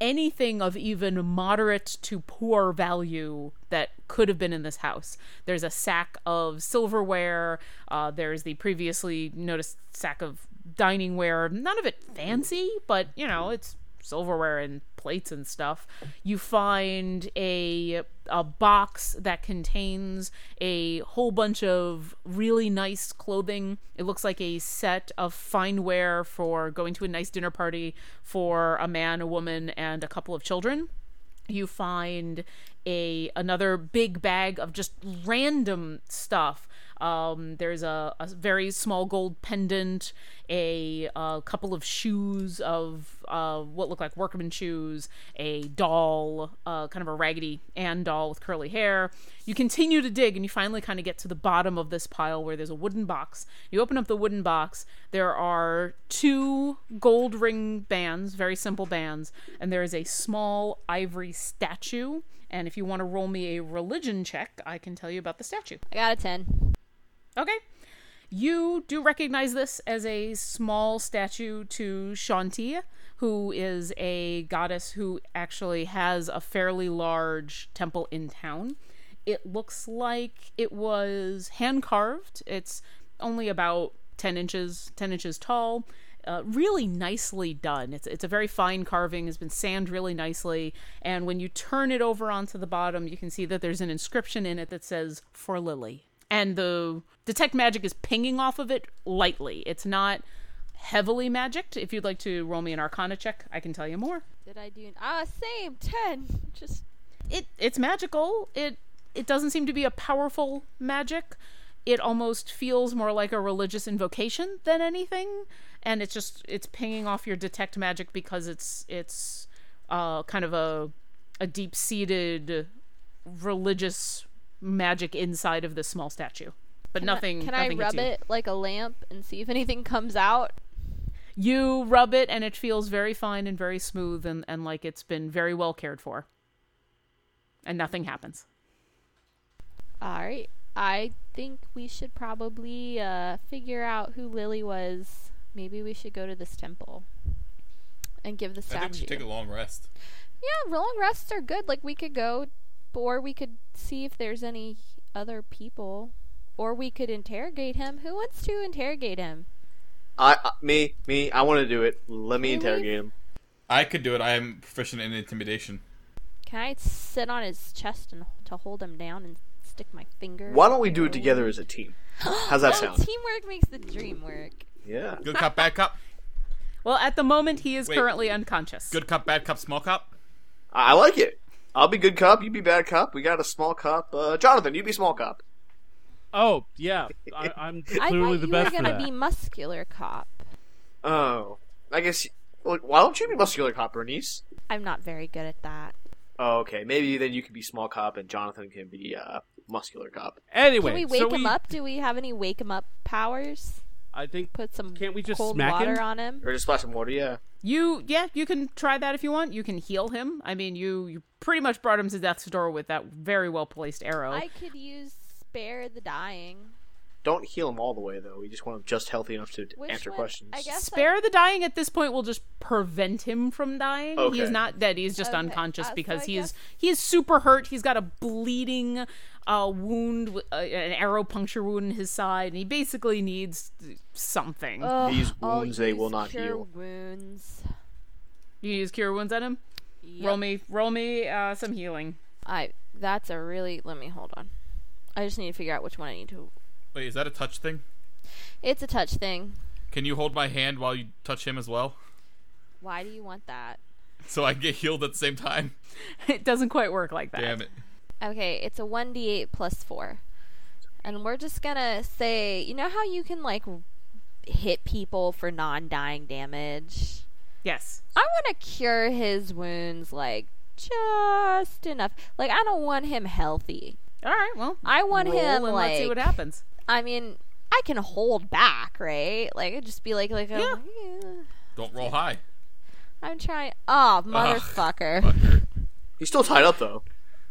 Speaker 5: anything of even moderate to poor value that could have been in this house. There's a sack of silverware, uh, there's the previously noticed sack of dining ware. None of it fancy, but you know, it's silverware and plates and stuff. You find a a box that contains a whole bunch of really nice clothing. It looks like a set of fine wear for going to a nice dinner party for a man, a woman, and a couple of children you find a another big bag of just random stuff um, there's a, a very small gold pendant a, uh couple of shoes of uh, what look like workman shoes a doll uh, kind of a raggedy ann doll with curly hair you continue to dig and you finally kind of get to the bottom of this pile where there's a wooden box you open up the wooden box there are two gold ring bands very simple bands and there is a small ivory statue and if you want to roll me a religion check i can tell you about the statue
Speaker 6: I got a 10.
Speaker 5: Okay. You do recognize this as a small statue to Shanti, who is a goddess who actually has a fairly large temple in town. It looks like it was hand carved. It's only about 10 inches 10 inches tall uh, really nicely done it's, it's a very fine carving has been sanded really nicely and when you turn it over onto the bottom you can see that there's an inscription in it that says for lily and the detect magic is pinging off of it lightly it's not heavily magicked if you'd like to roll me an arcana check i can tell you more
Speaker 6: Did I do. Ah, same, 10. Just.
Speaker 5: it it's magical. It it doesn't seem to be a powerful magic. It almost feels more like a religious invocation than anything, and it's just it's pinging off your detect magic because it's it's uh, kind of a a deep seated religious magic inside of this small statue, but nothing.
Speaker 6: Can I
Speaker 5: nothing hits
Speaker 6: rub
Speaker 5: you.
Speaker 6: it like a lamp and see if anything comes out?
Speaker 5: You rub it, and it feels very fine and very smooth, and and like it's been very well cared for, and nothing happens.
Speaker 6: All right. I think we should probably uh, figure out who Lily was. Maybe we should go to this temple and give the statue.
Speaker 3: I think we should take a long rest.
Speaker 6: yeah, long rests are good. Like we could go, or we could see if there's any other people, or we could interrogate him. Who wants to interrogate him?
Speaker 4: I, I me me. I want to do it. Let me
Speaker 6: Can we-
Speaker 4: interrogate him.
Speaker 3: I could do it. I am proficient in intimidation.
Speaker 6: Can I sit on his chest and to hold him down and stick my finger?
Speaker 4: Why don't we do it together as a team? How's that
Speaker 6: Oh,
Speaker 4: sound?
Speaker 6: Teamwork makes the dream work.
Speaker 4: Yeah.
Speaker 3: Good cop, bad cop.
Speaker 5: Well, at the moment, he is
Speaker 3: Wait.
Speaker 5: currently unconscious.
Speaker 3: Good cop, bad cop, small cop.
Speaker 4: I I like it. I'll be good cop. You be bad cop. We got a small cop. Uh, Jonathan, you be small cop.
Speaker 10: Oh yeah, I, I'm
Speaker 6: I
Speaker 10: clearly
Speaker 6: thought
Speaker 10: the
Speaker 6: you
Speaker 10: best
Speaker 6: were
Speaker 10: for
Speaker 6: gonna
Speaker 10: that.
Speaker 6: be muscular cop.
Speaker 4: Oh, I guess. Well, why don't you be muscular cop, Bernice?
Speaker 6: I'm not very good at that.
Speaker 4: Oh, okay. Maybe then you can be small cop and Jonathan can be uh, muscular cop.
Speaker 10: Anyway,
Speaker 6: Can we wake
Speaker 10: so
Speaker 6: him up? Do we have any wake him up powers?
Speaker 10: I think
Speaker 6: Put some
Speaker 10: Can't we just
Speaker 6: cold
Speaker 10: smack
Speaker 6: water
Speaker 10: him?
Speaker 6: on him.
Speaker 4: Or just splash some water. Yeah.
Speaker 5: You, yeah, you can try that if you want. You can heal him. I mean, you, you pretty much brought him to death's door with that very well placed arrow.
Speaker 6: I could use spare the dying.
Speaker 4: Don't heal him all the way though. We just want him just healthy enough to
Speaker 6: Which
Speaker 4: answer
Speaker 6: one-
Speaker 4: questions.
Speaker 6: I guess
Speaker 5: Spare the dying at this point will just prevent him from dying. He is
Speaker 4: Okay.
Speaker 5: not dead. He's just
Speaker 6: Okay,
Speaker 5: unconscious
Speaker 6: uh, so
Speaker 5: because
Speaker 6: I
Speaker 5: he is
Speaker 6: guess-
Speaker 5: he is super hurt. He's got a bleeding uh, wound, w- uh, an arrow puncture wound in his side, and he basically needs something.
Speaker 6: Ugh,
Speaker 4: These
Speaker 6: I'll
Speaker 4: wounds they will
Speaker 6: use
Speaker 4: not
Speaker 6: cure
Speaker 4: heal.
Speaker 6: Wounds.
Speaker 5: you use cure wounds on him. Roll me, roll me uh, some healing.
Speaker 6: I. That's a really. Let me hold on. I just need to figure out which one I need to.
Speaker 3: Wait, is that a touch thing?
Speaker 6: It's a touch thing.
Speaker 3: Can you hold my hand while you touch him as well?
Speaker 6: Why do you want that?
Speaker 3: So I get healed at the same time?
Speaker 5: it doesn't quite work like that.
Speaker 3: Damn it.
Speaker 6: Okay, it's a 1d8 plus 4. And we're just gonna say, you know how you can like hit people for non dying damage?
Speaker 5: Yes.
Speaker 6: I wanna cure his wounds like just enough. Like, I don't want him healthy.
Speaker 5: All right. Well,
Speaker 6: I want
Speaker 5: roll
Speaker 6: him
Speaker 5: and let's see what
Speaker 6: like.
Speaker 5: happens.
Speaker 6: I mean, I can hold back, right? Like, it'd just be like, like, I'm,
Speaker 5: Yeah.
Speaker 6: like, "Yeah,
Speaker 3: Don't roll high.
Speaker 6: I'm trying. Oh, motherfucker.
Speaker 3: Fucker.
Speaker 4: He's still tied up though.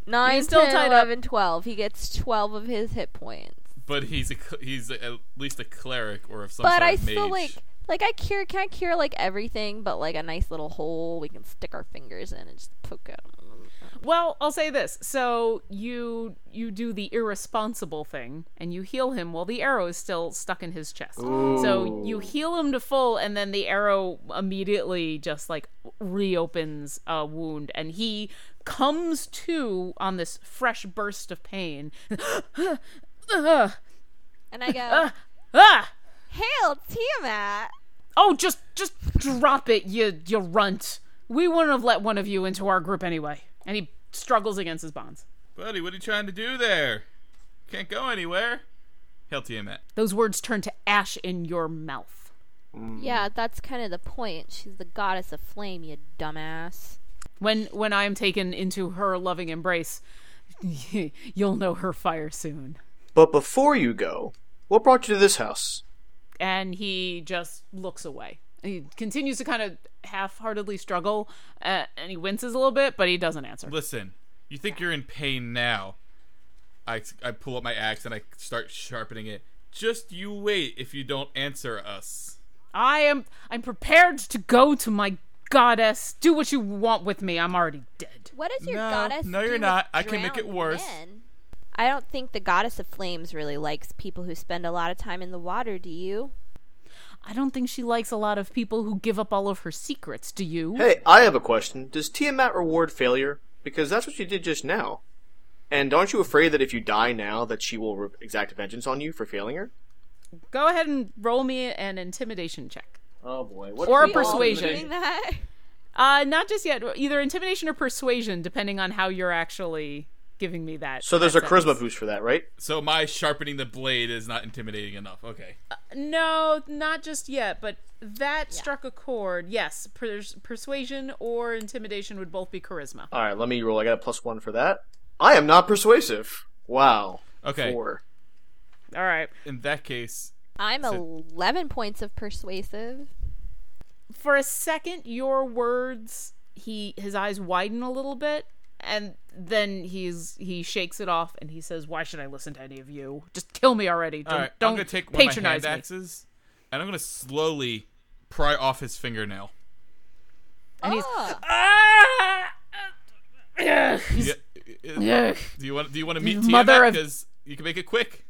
Speaker 6: 9,
Speaker 5: He's still
Speaker 6: 10,
Speaker 5: tied up.
Speaker 6: 11, 12. He gets 12 of his hit points.
Speaker 3: But he's a, cl- he's a, at least a cleric or of some
Speaker 6: but
Speaker 3: sort
Speaker 6: I
Speaker 3: of
Speaker 6: still
Speaker 3: mage.
Speaker 6: like Like I cure, can I cure like everything, but like a nice little hole we can stick our fingers in and just poke out.
Speaker 5: Well, I'll say this. So you you do the irresponsible thing and you heal him while the arrow is still stuck in his chest. So you heal him to full and then the arrow immediately just like reopens a wound and he comes to on this fresh burst of pain. Ah!
Speaker 6: And I go,
Speaker 5: Ah!
Speaker 6: "Hail Tiamat!"
Speaker 5: Oh, just just drop it, you you runt. We wouldn't have let one of you into our group anyway. And he struggles against his bonds.
Speaker 3: Buddy, what are you trying to do there? Can't go anywhere. Hail Tiamat.
Speaker 5: Those words turn to ash in your mouth.
Speaker 6: Yeah, that's kind of the point. She's the goddess of flame, you dumbass.
Speaker 5: When when I am taken into her loving embrace, you'll know her fire soon.
Speaker 4: But before you go, what brought you to this house?
Speaker 5: And he just looks away. He continues to kind of half-heartedly struggle, uh, and he winces a little bit, but he doesn't answer.
Speaker 3: Listen, you think you're in pain now. I, I pull up my axe and I start sharpening it. Just you wait if you don't answer us.
Speaker 5: I am I'm prepared to go to my goddess. Do what you want with me. I'm already dead.
Speaker 6: What is your
Speaker 3: No,
Speaker 6: goddess?
Speaker 3: no, you're
Speaker 6: do with
Speaker 3: not. I can make it
Speaker 6: drowned
Speaker 3: worse.
Speaker 6: men? I don't think the goddess of flames really likes people who spend a lot of time in the water. Do you?
Speaker 5: I don't think she likes a lot of people who give up all of her secrets, do you?
Speaker 4: Hey, I have a question. Does Tiamat reward failure? Because that's what you did just now. And aren't you afraid that if you die now, that she will re- exact vengeance on you for failing her?
Speaker 5: Go ahead and roll me an intimidation check.
Speaker 4: Oh boy! What
Speaker 5: Or
Speaker 4: if we all
Speaker 5: persuasion.
Speaker 4: did it?
Speaker 6: Doing that?
Speaker 5: Uh not just yet. Either intimidation or persuasion, depending on how you're actually giving me that.
Speaker 4: So there's a
Speaker 5: that sentence.
Speaker 4: charisma boost for that, right?
Speaker 3: So my sharpening the blade is not intimidating enough. Okay.
Speaker 5: No, not just yet, but that struck a chord. Yes, pers- persuasion or intimidation would both be charisma.
Speaker 4: All right, let me roll. I got a plus one for that. I am not persuasive. Wow.
Speaker 3: Okay.
Speaker 4: Four.
Speaker 5: All right.
Speaker 3: In that case,
Speaker 6: I'm eleven points of persuasive.
Speaker 5: for a second your words he his eyes widen a little bit and then he's he shakes it off and he says why should i listen to any of you just kill me already don't,
Speaker 3: all right,
Speaker 5: don't
Speaker 3: I'm gonna take one of my
Speaker 5: patronize
Speaker 3: hand
Speaker 5: me
Speaker 3: axes and I'm gonna slowly pry off his fingernail.
Speaker 5: and he's
Speaker 6: Ah.
Speaker 5: ah! Ugh.
Speaker 3: Yeah,
Speaker 5: Ugh.
Speaker 3: do you want? Do you want to meet
Speaker 5: Mother
Speaker 3: Tiamat?
Speaker 5: of-
Speaker 3: Because you can make it quick.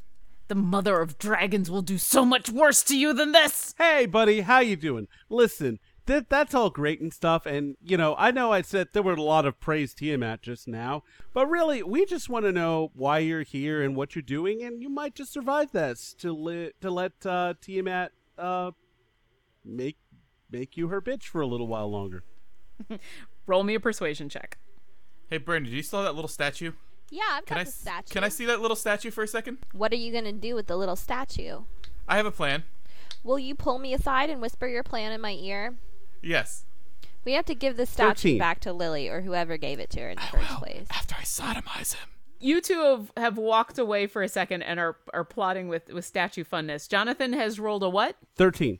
Speaker 5: the mother of dragons will do so much worse to you than this
Speaker 1: Hey, buddy, how you doing? Listen, th- that's all great and stuff, and you know, I know I said there were a lot of praise Tiamat just now, but really, we just want to know why you're here and what you're doing, and you might just survive this to li- to let uh, Tiamat uh, make make you her bitch for a little while longer.
Speaker 5: roll me a persuasion check
Speaker 3: Hey, Brandon, do you still have that little statue?
Speaker 6: Yeah, I've got
Speaker 3: Can I?
Speaker 6: the
Speaker 3: s-
Speaker 6: statue.
Speaker 3: Can I see that little statue for a second?
Speaker 6: What are you gonna do with the little statue?
Speaker 3: I have a plan.
Speaker 6: Will you pull me aside and whisper your plan in my ear?
Speaker 3: Yes.
Speaker 6: We have to give the statue
Speaker 1: 13.
Speaker 6: back to Lily or whoever gave it to her in the first place.
Speaker 3: After I sodomize him.
Speaker 5: you two have, have walked away for a second and are are plotting with with statue funness jonathan has rolled a what
Speaker 1: Thirteen.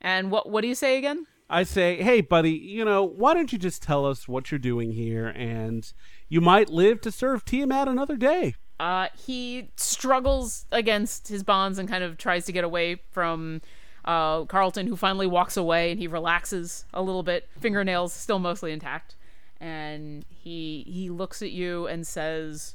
Speaker 5: and what what do you say again
Speaker 1: I say, hey, buddy, you know, why don't you just tell us what you're doing here, and you might live to serve Tiamat another day.
Speaker 5: Uh, he struggles against his bonds and kind of tries to get away from uh, Carlton, who finally walks away and he relaxes a little bit, fingernails still mostly intact. And he he looks at you and says,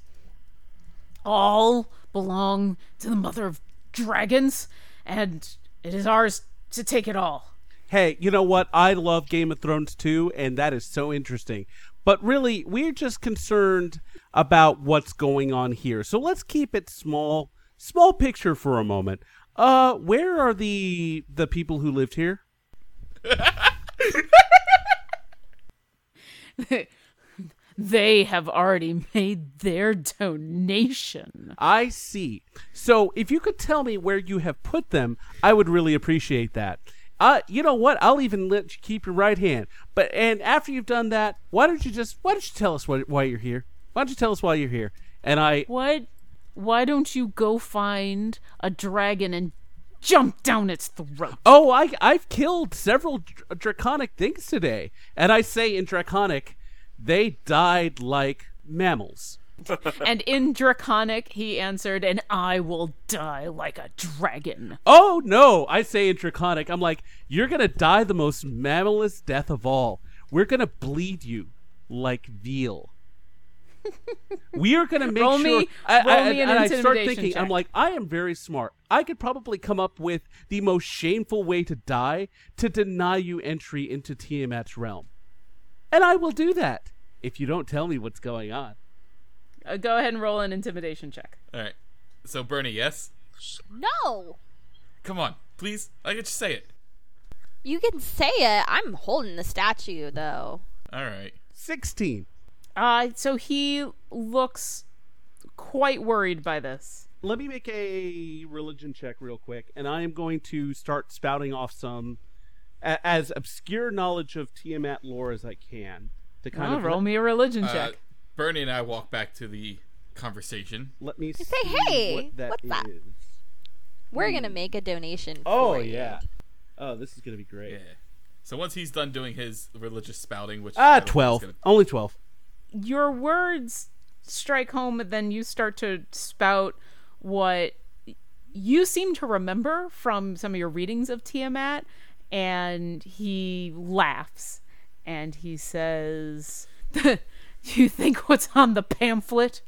Speaker 5: "All belong to the mother of dragons, and it is ours to take it all."
Speaker 1: Hey, you know what? I love Game of Thrones too, and that is so interesting. But really, we're just concerned about what's going on here. So let's keep it small, small picture for a moment. Uh, where are the the people who lived here?
Speaker 5: They have already made their donation.
Speaker 1: I see. So if you could tell me where you have put them, I would really appreciate that. Uh, you know what? I'll even let you keep your right hand. But and after you've done that, why don't you just why don't you tell us what, why you're here? Why don't you tell us why you're here? And I
Speaker 5: What? Why don't you go find a dragon and jump down its throat?
Speaker 1: Oh, I, I've killed several dr- uh, draconic things today. And I say in draconic, they died like mammals.
Speaker 5: and in Draconic, he answered, And I will die like a dragon.
Speaker 1: Oh no! I say in Draconic, I'm like, you're gonna die the most mammalist death of all. We're gonna bleed you like veal. we are gonna make
Speaker 5: Roll
Speaker 1: sure.
Speaker 5: me-
Speaker 1: I, I-
Speaker 5: roll
Speaker 1: and-
Speaker 5: me an
Speaker 1: and I start
Speaker 5: intimidation
Speaker 1: thinking, I'm
Speaker 5: check.
Speaker 1: like, I am very smart. I could probably come up with the most shameful way to die to deny you entry into Tiamat's realm, and I will do that if you don't tell me what's going on.
Speaker 5: Uh, go ahead and roll an intimidation check.
Speaker 3: All right. So Bernie, yes.
Speaker 6: No!
Speaker 3: Come on, please. I get you to say it.
Speaker 6: You can say it. I'm holding the statue, though.
Speaker 3: All right.
Speaker 1: Sixteen.
Speaker 5: Uh, so he looks quite worried by this.
Speaker 1: let me make a religion check real quick, and I am going to start spouting off some a- as obscure knowledge of Tiamat lore as I can to kind
Speaker 5: Oh,
Speaker 1: of
Speaker 5: roll
Speaker 1: let,
Speaker 5: me a religion
Speaker 3: Uh,
Speaker 5: check.
Speaker 3: Bernie and I walk back to the conversation.
Speaker 1: let me see
Speaker 6: "Hey,
Speaker 1: what that
Speaker 6: what's that?"
Speaker 1: is.
Speaker 6: We're gonna make a donation.
Speaker 1: Oh
Speaker 6: for you.
Speaker 1: yeah. Oh, this is gonna be great.
Speaker 3: Yeah. So once he's done doing his religious spouting, which I
Speaker 1: Ah,
Speaker 3: don't think is
Speaker 1: 12
Speaker 3: gonna-
Speaker 1: Only twelve.
Speaker 5: Your words strike home, and then you start to spout what you seem to remember from some of your readings of Tiamat, and he laughs and he says, You think what's on the pamphlet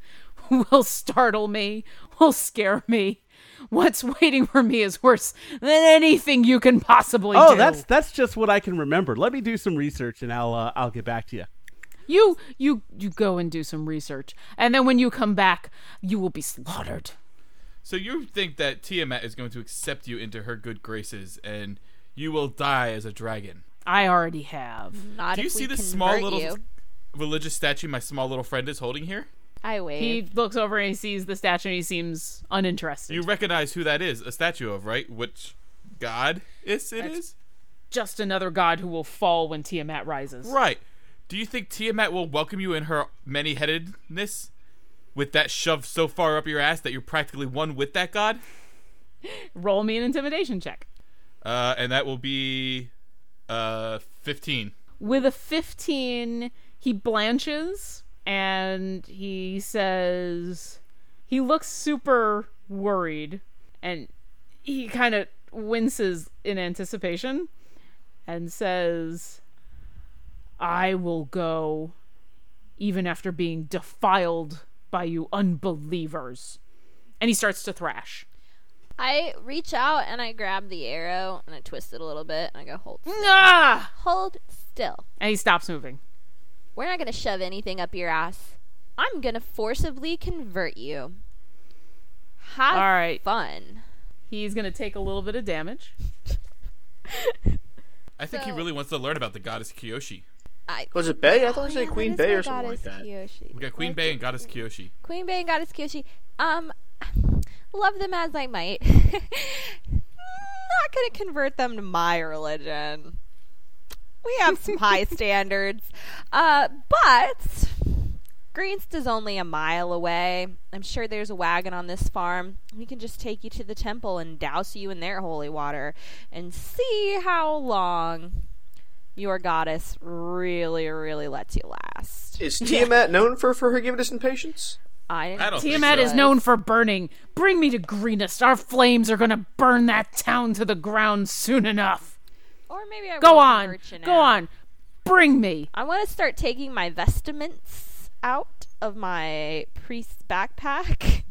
Speaker 5: will startle me, will scare me? What's waiting for me is worse than anything you can possibly do.
Speaker 1: Oh, that's that's just what I can remember. Let me do some research, and I'll uh, I'll get back to you.
Speaker 5: You you you go and do some research, and then when you come back, you will be slaughtered.
Speaker 3: So you think that Tiamat is going to accept you into her good graces, and you will die as a dragon?
Speaker 5: I already have.
Speaker 6: Not
Speaker 3: Do you
Speaker 6: if
Speaker 3: see
Speaker 6: we
Speaker 3: this small
Speaker 6: convert
Speaker 3: little
Speaker 6: you.
Speaker 3: religious statue my small little friend is holding here?
Speaker 6: I wave.
Speaker 5: He looks over and he sees the statue and he seems uninterested.
Speaker 3: You recognize who that is? A statue of right? Which god is it? Is
Speaker 5: Just another god who will fall when Tiamat rises.
Speaker 3: right? Do you think Tiamat will welcome you in her many-headedness, with that shove so far up your ass that you're practically one with that god?
Speaker 5: Roll me an intimidation check.
Speaker 3: Uh, and that will be uh 15.
Speaker 5: With a 15, he blanches and he says he looks super worried and he kind of winces in anticipation and says I will go even after being defiled by you unbelievers. And he starts to thrash.
Speaker 6: I reach out and I grab the arrow and I twist it a little bit and I go hold,
Speaker 5: Ah!
Speaker 6: hold still.
Speaker 5: And he stops moving.
Speaker 6: We're not gonna shove anything up your ass. I'm gonna forcibly convert you. Have
Speaker 5: All right.
Speaker 6: fun.
Speaker 5: He's going to take a little bit of damage.
Speaker 3: I think he
Speaker 6: So-
Speaker 3: really wants to learn about the goddess Kyoshi.
Speaker 4: Was it Bay? I thought it
Speaker 6: Oh,
Speaker 4: was like Queen Bay or something like that.
Speaker 3: We got Queen Bay and Goddess Kyoshi.
Speaker 6: Queen Bay and Goddess Kyoshi. Um, love them as I might. Not gonna convert them to my religion. We have some high standards. Uh, but Greensta's only a mile away. I'm sure there's a wagon on this farm. We can just take you to the temple and douse you in their holy water and see how long your goddess really, really lets you last.
Speaker 4: Is Tiamat known for, for her giftedness and patience?
Speaker 6: I didn't
Speaker 3: I don't
Speaker 5: Tiamat
Speaker 3: think
Speaker 5: is known for burning. Bring me to Greenest. Our flames are gonna burn that town to the ground soon enough.
Speaker 6: Or maybe I
Speaker 5: Go
Speaker 6: will
Speaker 5: on,
Speaker 6: convert you
Speaker 5: go
Speaker 6: now.
Speaker 5: on. Bring me.
Speaker 6: I want to start taking my vestments out of my priest's backpack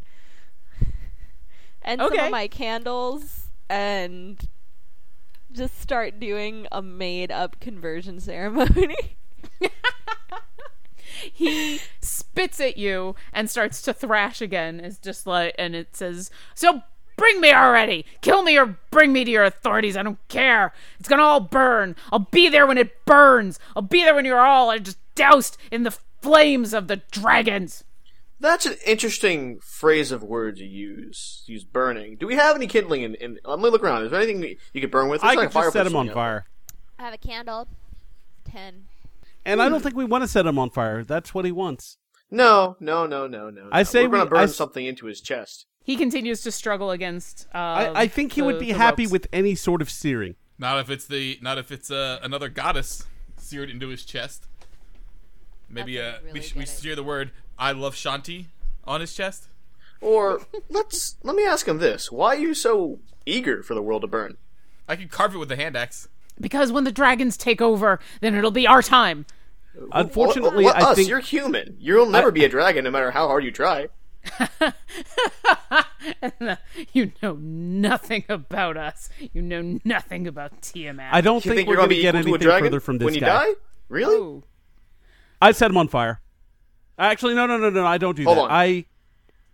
Speaker 6: and some
Speaker 5: Okay.
Speaker 6: of my candles and just start doing a made up conversion ceremony.
Speaker 5: He spits at you and starts to thrash again. It's just like, and it says, "So bring me already. Kill me or bring me to your authorities. I don't care. It's gonna all burn. I'll be there when it burns. I'll be there when you're all are just doused in the flames of the dragons."
Speaker 4: That's an interesting phrase of word to use. Use burning. Do we have any kindling? In, in let me look around. Is there anything that you could burn with?
Speaker 1: I
Speaker 4: It's like
Speaker 1: could
Speaker 4: a
Speaker 1: just set
Speaker 4: fireplace
Speaker 1: him on
Speaker 4: would be
Speaker 1: fire,
Speaker 6: I have a candle. Ten.
Speaker 1: and I don't think we want to set him on fire. That's what he wants.
Speaker 4: No, no, no, no, no.
Speaker 1: I
Speaker 4: no.
Speaker 1: say
Speaker 4: we're gonna
Speaker 1: we-
Speaker 4: burn
Speaker 1: I s-
Speaker 4: something into his chest.
Speaker 5: He continues to struggle against. Uh,
Speaker 1: I, I think he
Speaker 5: the-
Speaker 1: would be
Speaker 5: the
Speaker 1: happy
Speaker 5: ropes.
Speaker 1: with any sort of searing.
Speaker 3: Not if it's the not if it's uh, another goddess seared into his chest. Maybe
Speaker 6: That's a
Speaker 3: uh,
Speaker 6: really
Speaker 3: we, sh- we
Speaker 6: good
Speaker 3: steer the word "I love Shanti" on his chest?
Speaker 4: Or let's let me ask him this: Why are you so eager for the world to burn?
Speaker 3: I could carve it with a hand axe.
Speaker 5: Because when the dragons take over, then it'll be our time.
Speaker 1: Unfortunately,
Speaker 4: What- what
Speaker 1: I
Speaker 4: us?
Speaker 1: think
Speaker 4: you're human. You'll never be a dragon, no matter how hard you try.
Speaker 5: uh, You know nothing about us. You know nothing about Tiamat.
Speaker 1: I don't
Speaker 4: You
Speaker 1: think,
Speaker 4: think,
Speaker 1: we're
Speaker 4: you're
Speaker 1: going
Speaker 4: gonna
Speaker 1: to
Speaker 4: be
Speaker 1: get
Speaker 4: equal to a
Speaker 1: anything
Speaker 4: dragon
Speaker 1: further from this
Speaker 4: when you
Speaker 1: guy.
Speaker 4: die? Really?
Speaker 5: Ooh.
Speaker 1: I set him on fire. Actually, no, no, no, no. I don't do
Speaker 4: Hold
Speaker 1: that.
Speaker 4: on.
Speaker 1: I,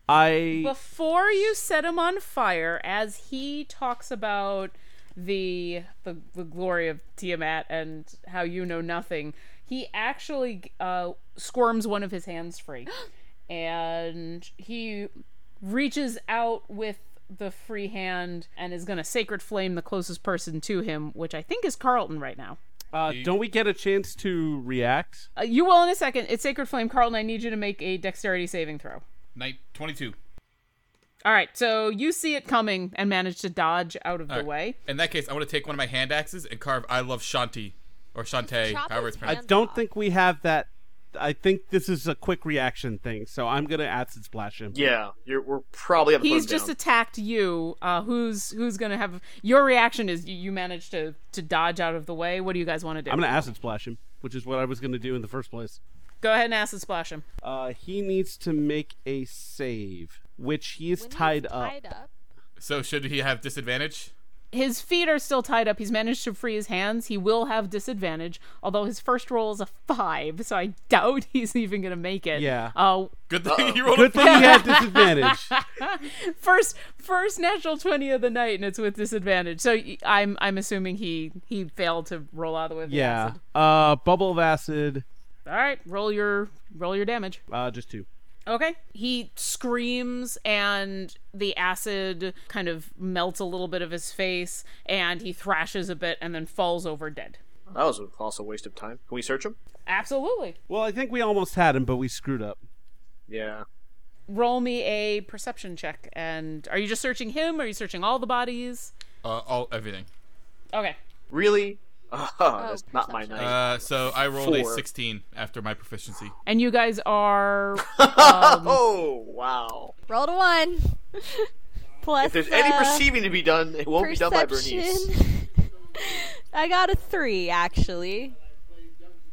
Speaker 1: I.
Speaker 5: Before you set him on fire, as he talks about the, the the glory of Tiamat and how you know nothing, he actually uh, squirms one of his hands free, and he reaches out with the free hand and is going to sacred flame the closest person to him, which I think is Carlton right now.
Speaker 1: Uh, don't we get a chance to react?
Speaker 5: Uh, you will in a second. It's sacred flame, Carlton. I need you to make a dexterity saving throw.
Speaker 3: Night 22.
Speaker 5: All right, so you see it coming and manage to dodge out of the
Speaker 3: All right.
Speaker 5: way.
Speaker 3: In that case, I want to take one of my hand axes and carve I love Shanti or Shantae,
Speaker 9: Chop
Speaker 3: however
Speaker 9: his
Speaker 3: it's
Speaker 1: I
Speaker 3: pronounced.
Speaker 9: hand
Speaker 1: don't
Speaker 9: off.
Speaker 1: think we have that. I think this is a quick reaction thing, so I'm gonna acid splash him.
Speaker 4: Yeah, you're, we're probably have to put
Speaker 5: He's
Speaker 4: him
Speaker 5: just
Speaker 4: down.
Speaker 5: attacked you. Uh, who's who's gonna have your reaction? Is you, you managed to to dodge out of the way? What do you guys want to do?
Speaker 1: I'm gonna acid splash him, which is what I was gonna do in the first place.
Speaker 5: Go ahead and acid splash him.
Speaker 1: Uh, he needs to make a save, which he is
Speaker 9: When he's
Speaker 1: tied up.
Speaker 9: Tied up.
Speaker 3: So should he have disadvantage?
Speaker 5: His feet are still tied up. He's managed to free his hands. He will have disadvantage, although his first roll is a five, so I doubt he's even gonna make it.
Speaker 1: Yeah.
Speaker 5: Uh,
Speaker 3: Good thing you rolled
Speaker 1: Good
Speaker 3: a
Speaker 1: thing he had disadvantage.
Speaker 5: first first natural twenty of the night, and it's with disadvantage. So y- I'm I'm assuming he he failed to roll out of the way. Of the
Speaker 1: yeah.
Speaker 5: acid.
Speaker 1: Uh, bubble of acid.
Speaker 5: All right. Roll your roll your damage.
Speaker 1: Uh, just two.
Speaker 5: Okay. He screams, and the acid kind of melts a little bit of his face, and he thrashes a bit and then falls over dead.
Speaker 4: That was a- also a waste of time. Can we search him?
Speaker 5: Absolutely.
Speaker 1: Well, I think we almost had him, but we screwed up.
Speaker 4: Yeah.
Speaker 5: Roll me a perception check. And are you just searching him? Or are you searching all the bodies?
Speaker 3: uh, all everything.
Speaker 5: Okay.
Speaker 4: Really? Uh,
Speaker 6: Oh,
Speaker 4: that's not my night.
Speaker 3: Uh, so I rolled a
Speaker 4: Four.
Speaker 3: 16 after my proficiency.
Speaker 5: And you guys are.
Speaker 4: oh wow!
Speaker 6: Roll to one. Plus,
Speaker 4: If there's any
Speaker 6: uh,
Speaker 4: perceiving to be done, it won't be done by Bernice.
Speaker 6: perception. I got a three actually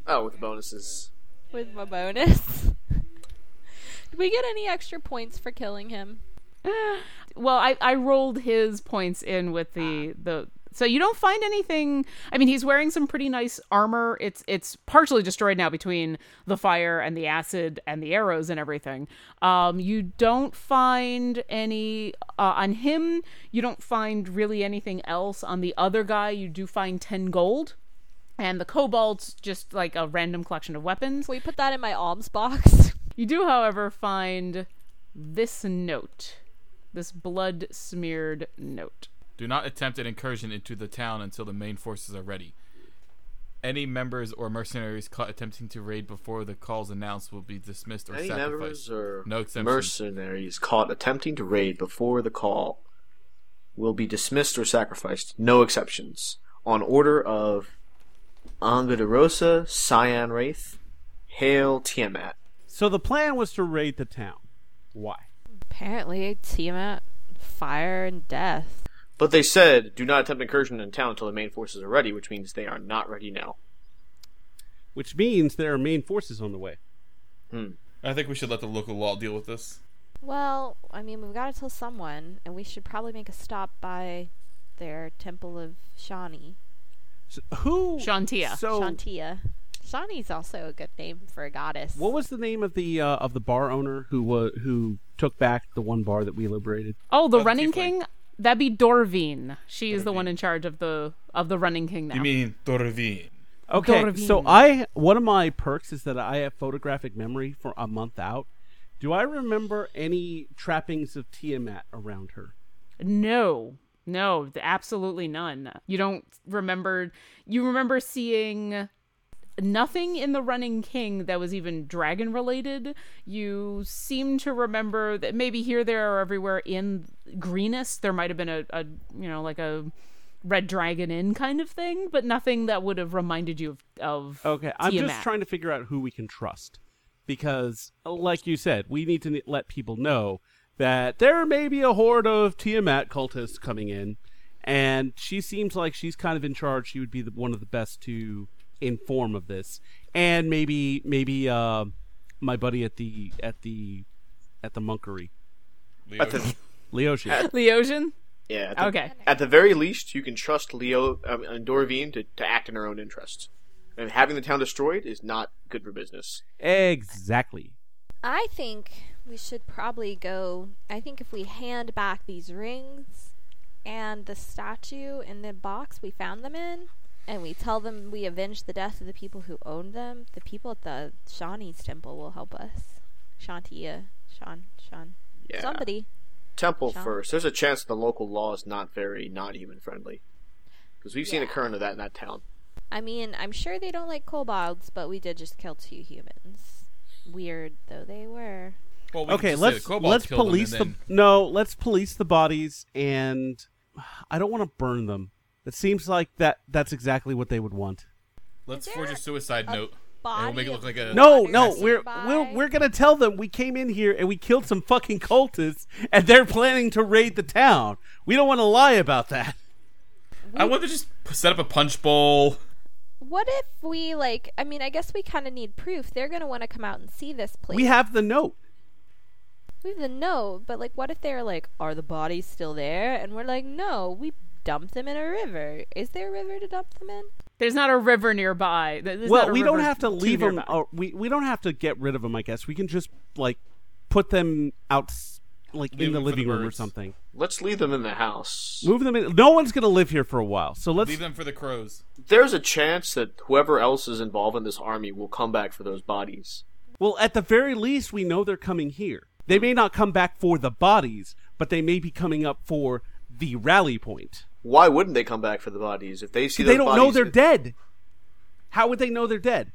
Speaker 4: Oh, with the bonuses.
Speaker 6: with my bonus. Did we get any extra points for killing him?
Speaker 5: well, I, I rolled his points in with the the. So you don't find anything. I mean, he's wearing some pretty nice armor. It's it's partially destroyed now between the fire and the acid and the arrows and everything. Um, you don't find any uh, on him. You don't find really anything else on the other guy. You do find ten gold, and the kobolds just like a random collection of weapons.
Speaker 6: Can we put that in my alms box?
Speaker 5: You do, however, find this note. This blood smeared note.
Speaker 3: Do not attempt an incursion into the town until the main forces are ready. Any members or mercenaries caught attempting to raid before the calls announced will be dismissed or
Speaker 4: Any members
Speaker 3: sacrificed.
Speaker 4: or
Speaker 3: No exemptions.
Speaker 4: mercenaries caught attempting to raid before the call will be dismissed or sacrificed. No exceptions. On order of Angudarosa, Cyan Wraith, Hail Tiamat.
Speaker 1: So the plan was to raid the town. Why?
Speaker 6: Apparently, Tiamat, fire and death.
Speaker 4: But they said, do not attempt incursion in town until the main forces are ready, which means they are not ready now.
Speaker 1: Which means there are main forces on the way.
Speaker 3: I think we should let the local law deal with this.
Speaker 6: Well, I mean, we've got to tell someone, and we should probably make a stop by their temple of Shawnee.
Speaker 1: So who?
Speaker 5: Shantia.
Speaker 1: So
Speaker 6: Shantia. Shawnee's also a good name for a goddess.
Speaker 1: what was the name of the uh, of the bar owner who wa who took back the one bar that we liberated?
Speaker 5: Oh, the
Speaker 3: Oh, the
Speaker 5: running
Speaker 3: tiefling.
Speaker 5: king? That'd be Dorvine. She is the one in charge of the of the running king now.
Speaker 3: mean Dorvin?
Speaker 1: Okay,
Speaker 5: Dorvine.
Speaker 1: so I one of my perks is that I have photographic memory for a month out. Do I remember any trappings of Tiamat around her?
Speaker 5: No. No, th- absolutely none. You don't remember you remember seeing nothing in the running king that was even dragon related. You seem to remember that maybe here there or everywhere in Greenest there might have been a, a you know like a red dragon inn kind of thing, but nothing that would have reminded you of, of
Speaker 1: Okay, I'm
Speaker 5: Tiamat.
Speaker 1: just trying to figure out who we can trust. because, like you said, we need to let people know that there may be a horde of Tiamat cultists coming in, and she seems like she's kind of in charge. She would be the, one of the best to inform of this, and maybe maybe uh, my buddy at the at the at the monkery,
Speaker 4: At the,
Speaker 1: Leoshi.
Speaker 5: Leosian?
Speaker 4: yeah. At the,
Speaker 5: Okay.
Speaker 4: At the very least, you can trust Leo um, and Doravine to, to act in her own interests. And having the town destroyed is not good for business.
Speaker 1: exactly.
Speaker 6: I think we should probably go. I think if we hand back these rings and the statue in the box we found them in, and we tell them we avenge the death of the people who owned them, the people at the Shawnee's temple will help us. Shantia, Sean, Sean,
Speaker 4: Yeah.
Speaker 6: somebody.
Speaker 4: Temple
Speaker 6: Sean?
Speaker 4: first. There's a chance the local law is not very non-human friendly. Because we've seen a
Speaker 6: Yeah.
Speaker 4: current of that in that town.
Speaker 6: I mean, I'm sure they don't like kobolds, but we did just kill two humans. Weird though they were.
Speaker 12: Well, we can
Speaker 1: Okay,
Speaker 12: just say
Speaker 1: let's
Speaker 12: the kobolds
Speaker 1: let's
Speaker 12: killed him and
Speaker 1: police the
Speaker 12: then-
Speaker 1: no, let's police the bodies, and I don't want to burn them. It seems like that that's exactly what they would want.
Speaker 12: Let's
Speaker 6: Is
Speaker 12: forge
Speaker 6: there
Speaker 12: a suicide
Speaker 6: a
Speaker 12: note. And we'll
Speaker 6: body
Speaker 12: make it
Speaker 6: of
Speaker 12: look like a
Speaker 1: No,
Speaker 6: Water
Speaker 1: no,
Speaker 6: passing
Speaker 1: we're
Speaker 6: by.
Speaker 1: we're we're gonna tell them we came in here and we killed some fucking cultists, and they're planning to raid the town. We don't want to lie about that.
Speaker 12: I want to just set up a punch bowl.
Speaker 6: What if we like? I mean, I guess we kind of need proof. They're gonna want to come out and see this place.
Speaker 1: We have the note.
Speaker 6: We have the no, but like, what if they're like, are the bodies still there? And we're like, no, we dumped them in a river. Is there a river to dump them in?
Speaker 5: There's not a river nearby. There- there's not
Speaker 1: well,
Speaker 5: a
Speaker 1: we don't
Speaker 5: river
Speaker 1: have to
Speaker 5: too
Speaker 1: leave them.
Speaker 5: nearby.
Speaker 1: Or we we don't have to get rid of them. I guess we can just like put them out, like
Speaker 12: Leave
Speaker 1: in the
Speaker 12: them for the
Speaker 1: living room or
Speaker 12: birds.
Speaker 1: something.
Speaker 4: Let's leave them in the house.
Speaker 1: Move them in. No one's gonna live here for a while, so let's
Speaker 12: Leave them for the crows.
Speaker 4: There's a chance that whoever else is involved in this army will come back for those bodies.
Speaker 1: Well, at the very least, we know they're coming here. They may not come back for the bodies, but they may be coming up for the rally point.
Speaker 4: Why wouldn't they come back for the bodies if they see
Speaker 1: they
Speaker 4: those
Speaker 1: don't know
Speaker 4: bodies-
Speaker 1: they're dead. How would they know they're dead?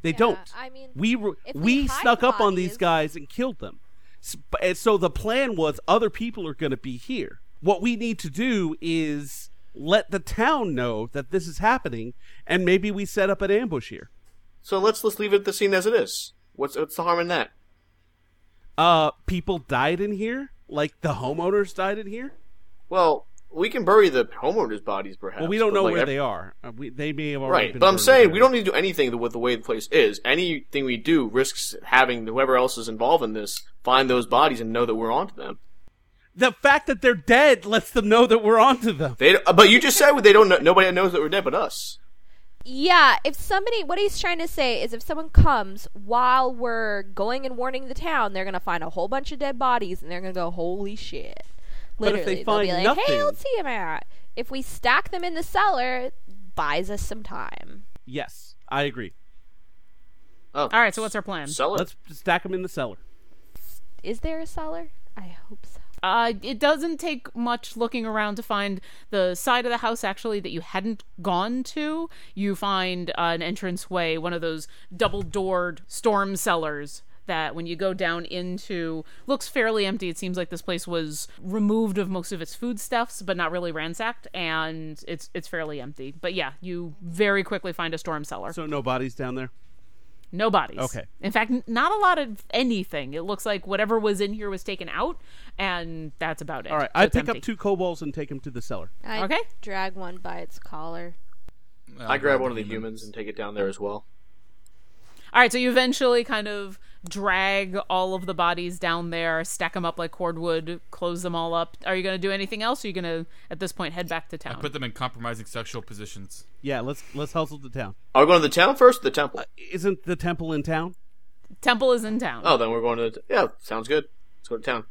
Speaker 1: They
Speaker 6: Yeah,
Speaker 1: don't.
Speaker 6: I mean,
Speaker 1: we re-
Speaker 6: if
Speaker 1: we
Speaker 6: we hide
Speaker 1: snuck up on these
Speaker 6: bodies-
Speaker 1: guys and killed them. S- b- And so the plan was other people are going to be here. What we need to do is let the town know that this is happening, and maybe we set up an ambush here.
Speaker 4: So let's let's leave it the scene as it is. What's what's the harm in that?
Speaker 1: Uh, people died in here, like the homeowners died in here.
Speaker 4: Well, we can bury the homeowners' bodies, perhaps.
Speaker 1: Well, we don't
Speaker 4: but,
Speaker 1: know
Speaker 4: like,
Speaker 1: where
Speaker 4: ev-
Speaker 1: they are. Uh, we, they may have already
Speaker 4: Right,
Speaker 1: been
Speaker 4: but I'm
Speaker 1: burned
Speaker 4: saying
Speaker 1: down.
Speaker 4: we don't need to do anything with the way the place is. Anything we do risks having whoever else is involved in this find those bodies and know that we're onto them.
Speaker 1: The fact that they're dead lets them know that we're onto them.
Speaker 4: They, uh, but you just said they don't. Know, nobody knows that we're dead but us.
Speaker 6: Yeah, if somebody, what he's trying to say is if someone comes while we're going and warning the town, they're gonna find a whole bunch of dead bodies and they're gonna go, holy shit.
Speaker 1: But if they
Speaker 6: Literally, they'll be
Speaker 1: find
Speaker 6: like, Hail
Speaker 1: nothing-
Speaker 6: Tiamat! If we stack them in the cellar, buys us some time.
Speaker 1: Yes, I agree.
Speaker 4: Oh,
Speaker 5: All right, so what's our plan?
Speaker 4: sell it.
Speaker 1: Let's stack them in the cellar.
Speaker 6: Is there a cellar? I hope so.
Speaker 5: Uh, it doesn't take much looking around to find the side of the house actually that you hadn't gone to. You find uh, an entranceway, one of those double-doored storm cellars that when you go down into looks fairly empty. It seems like this place was removed of most of its foodstuffs, but not really ransacked, and it's it's fairly empty. But yeah, you very quickly find a storm cellar.
Speaker 1: So no bodies down there.
Speaker 5: No bodies.
Speaker 1: Okay.
Speaker 5: In fact, n- not a lot of anything. It looks like whatever was in here was taken out, and that's about it.
Speaker 1: All right,
Speaker 5: So
Speaker 1: I
Speaker 5: it's
Speaker 1: pick
Speaker 5: empty.
Speaker 1: up two kobolds and take them to the cellar.
Speaker 6: I
Speaker 5: Okay.
Speaker 6: drag one by its collar.
Speaker 4: I grab one of the humans and take it down there as well.
Speaker 5: All right, so you eventually kind of drag all of the bodies down there, stack them up like cordwood, close them all up. Are you going to do anything else? Or are you going to, at this point, head back to
Speaker 12: I
Speaker 5: town?
Speaker 12: put them in compromising sexual positions.
Speaker 1: Yeah, let's let's hustle to town.
Speaker 4: Are we going to the town first? Or the temple.
Speaker 1: Uh, Isn't the temple in town?
Speaker 5: Temple is in town.
Speaker 4: oh, then we're going to. The t- yeah, sounds good. Let's go to town.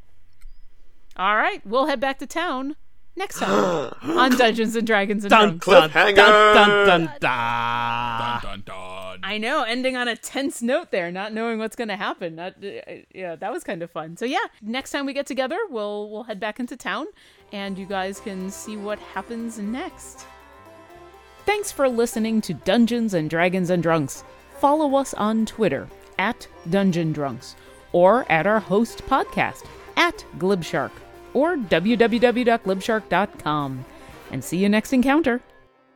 Speaker 5: All right, we'll head back to town next time on Dungeons and Dragons and
Speaker 1: Dun
Speaker 5: Drunks.
Speaker 1: dun dun
Speaker 4: Cliffhanger!
Speaker 1: dun dun dun.
Speaker 12: dun dun dun.
Speaker 5: I know, ending on a tense note there, not knowing what's going to happen. Not, uh, yeah, that was kind of fun. So yeah, next time we get together, we'll we'll head back into town, and you guys can see what happens next. Thanks for listening to Dungeons and Dragons and Drunks. Follow us on Twitter at Dungeon Drunks or at our host podcast at Glibshark or www.glibshark.com. And see you next encounter.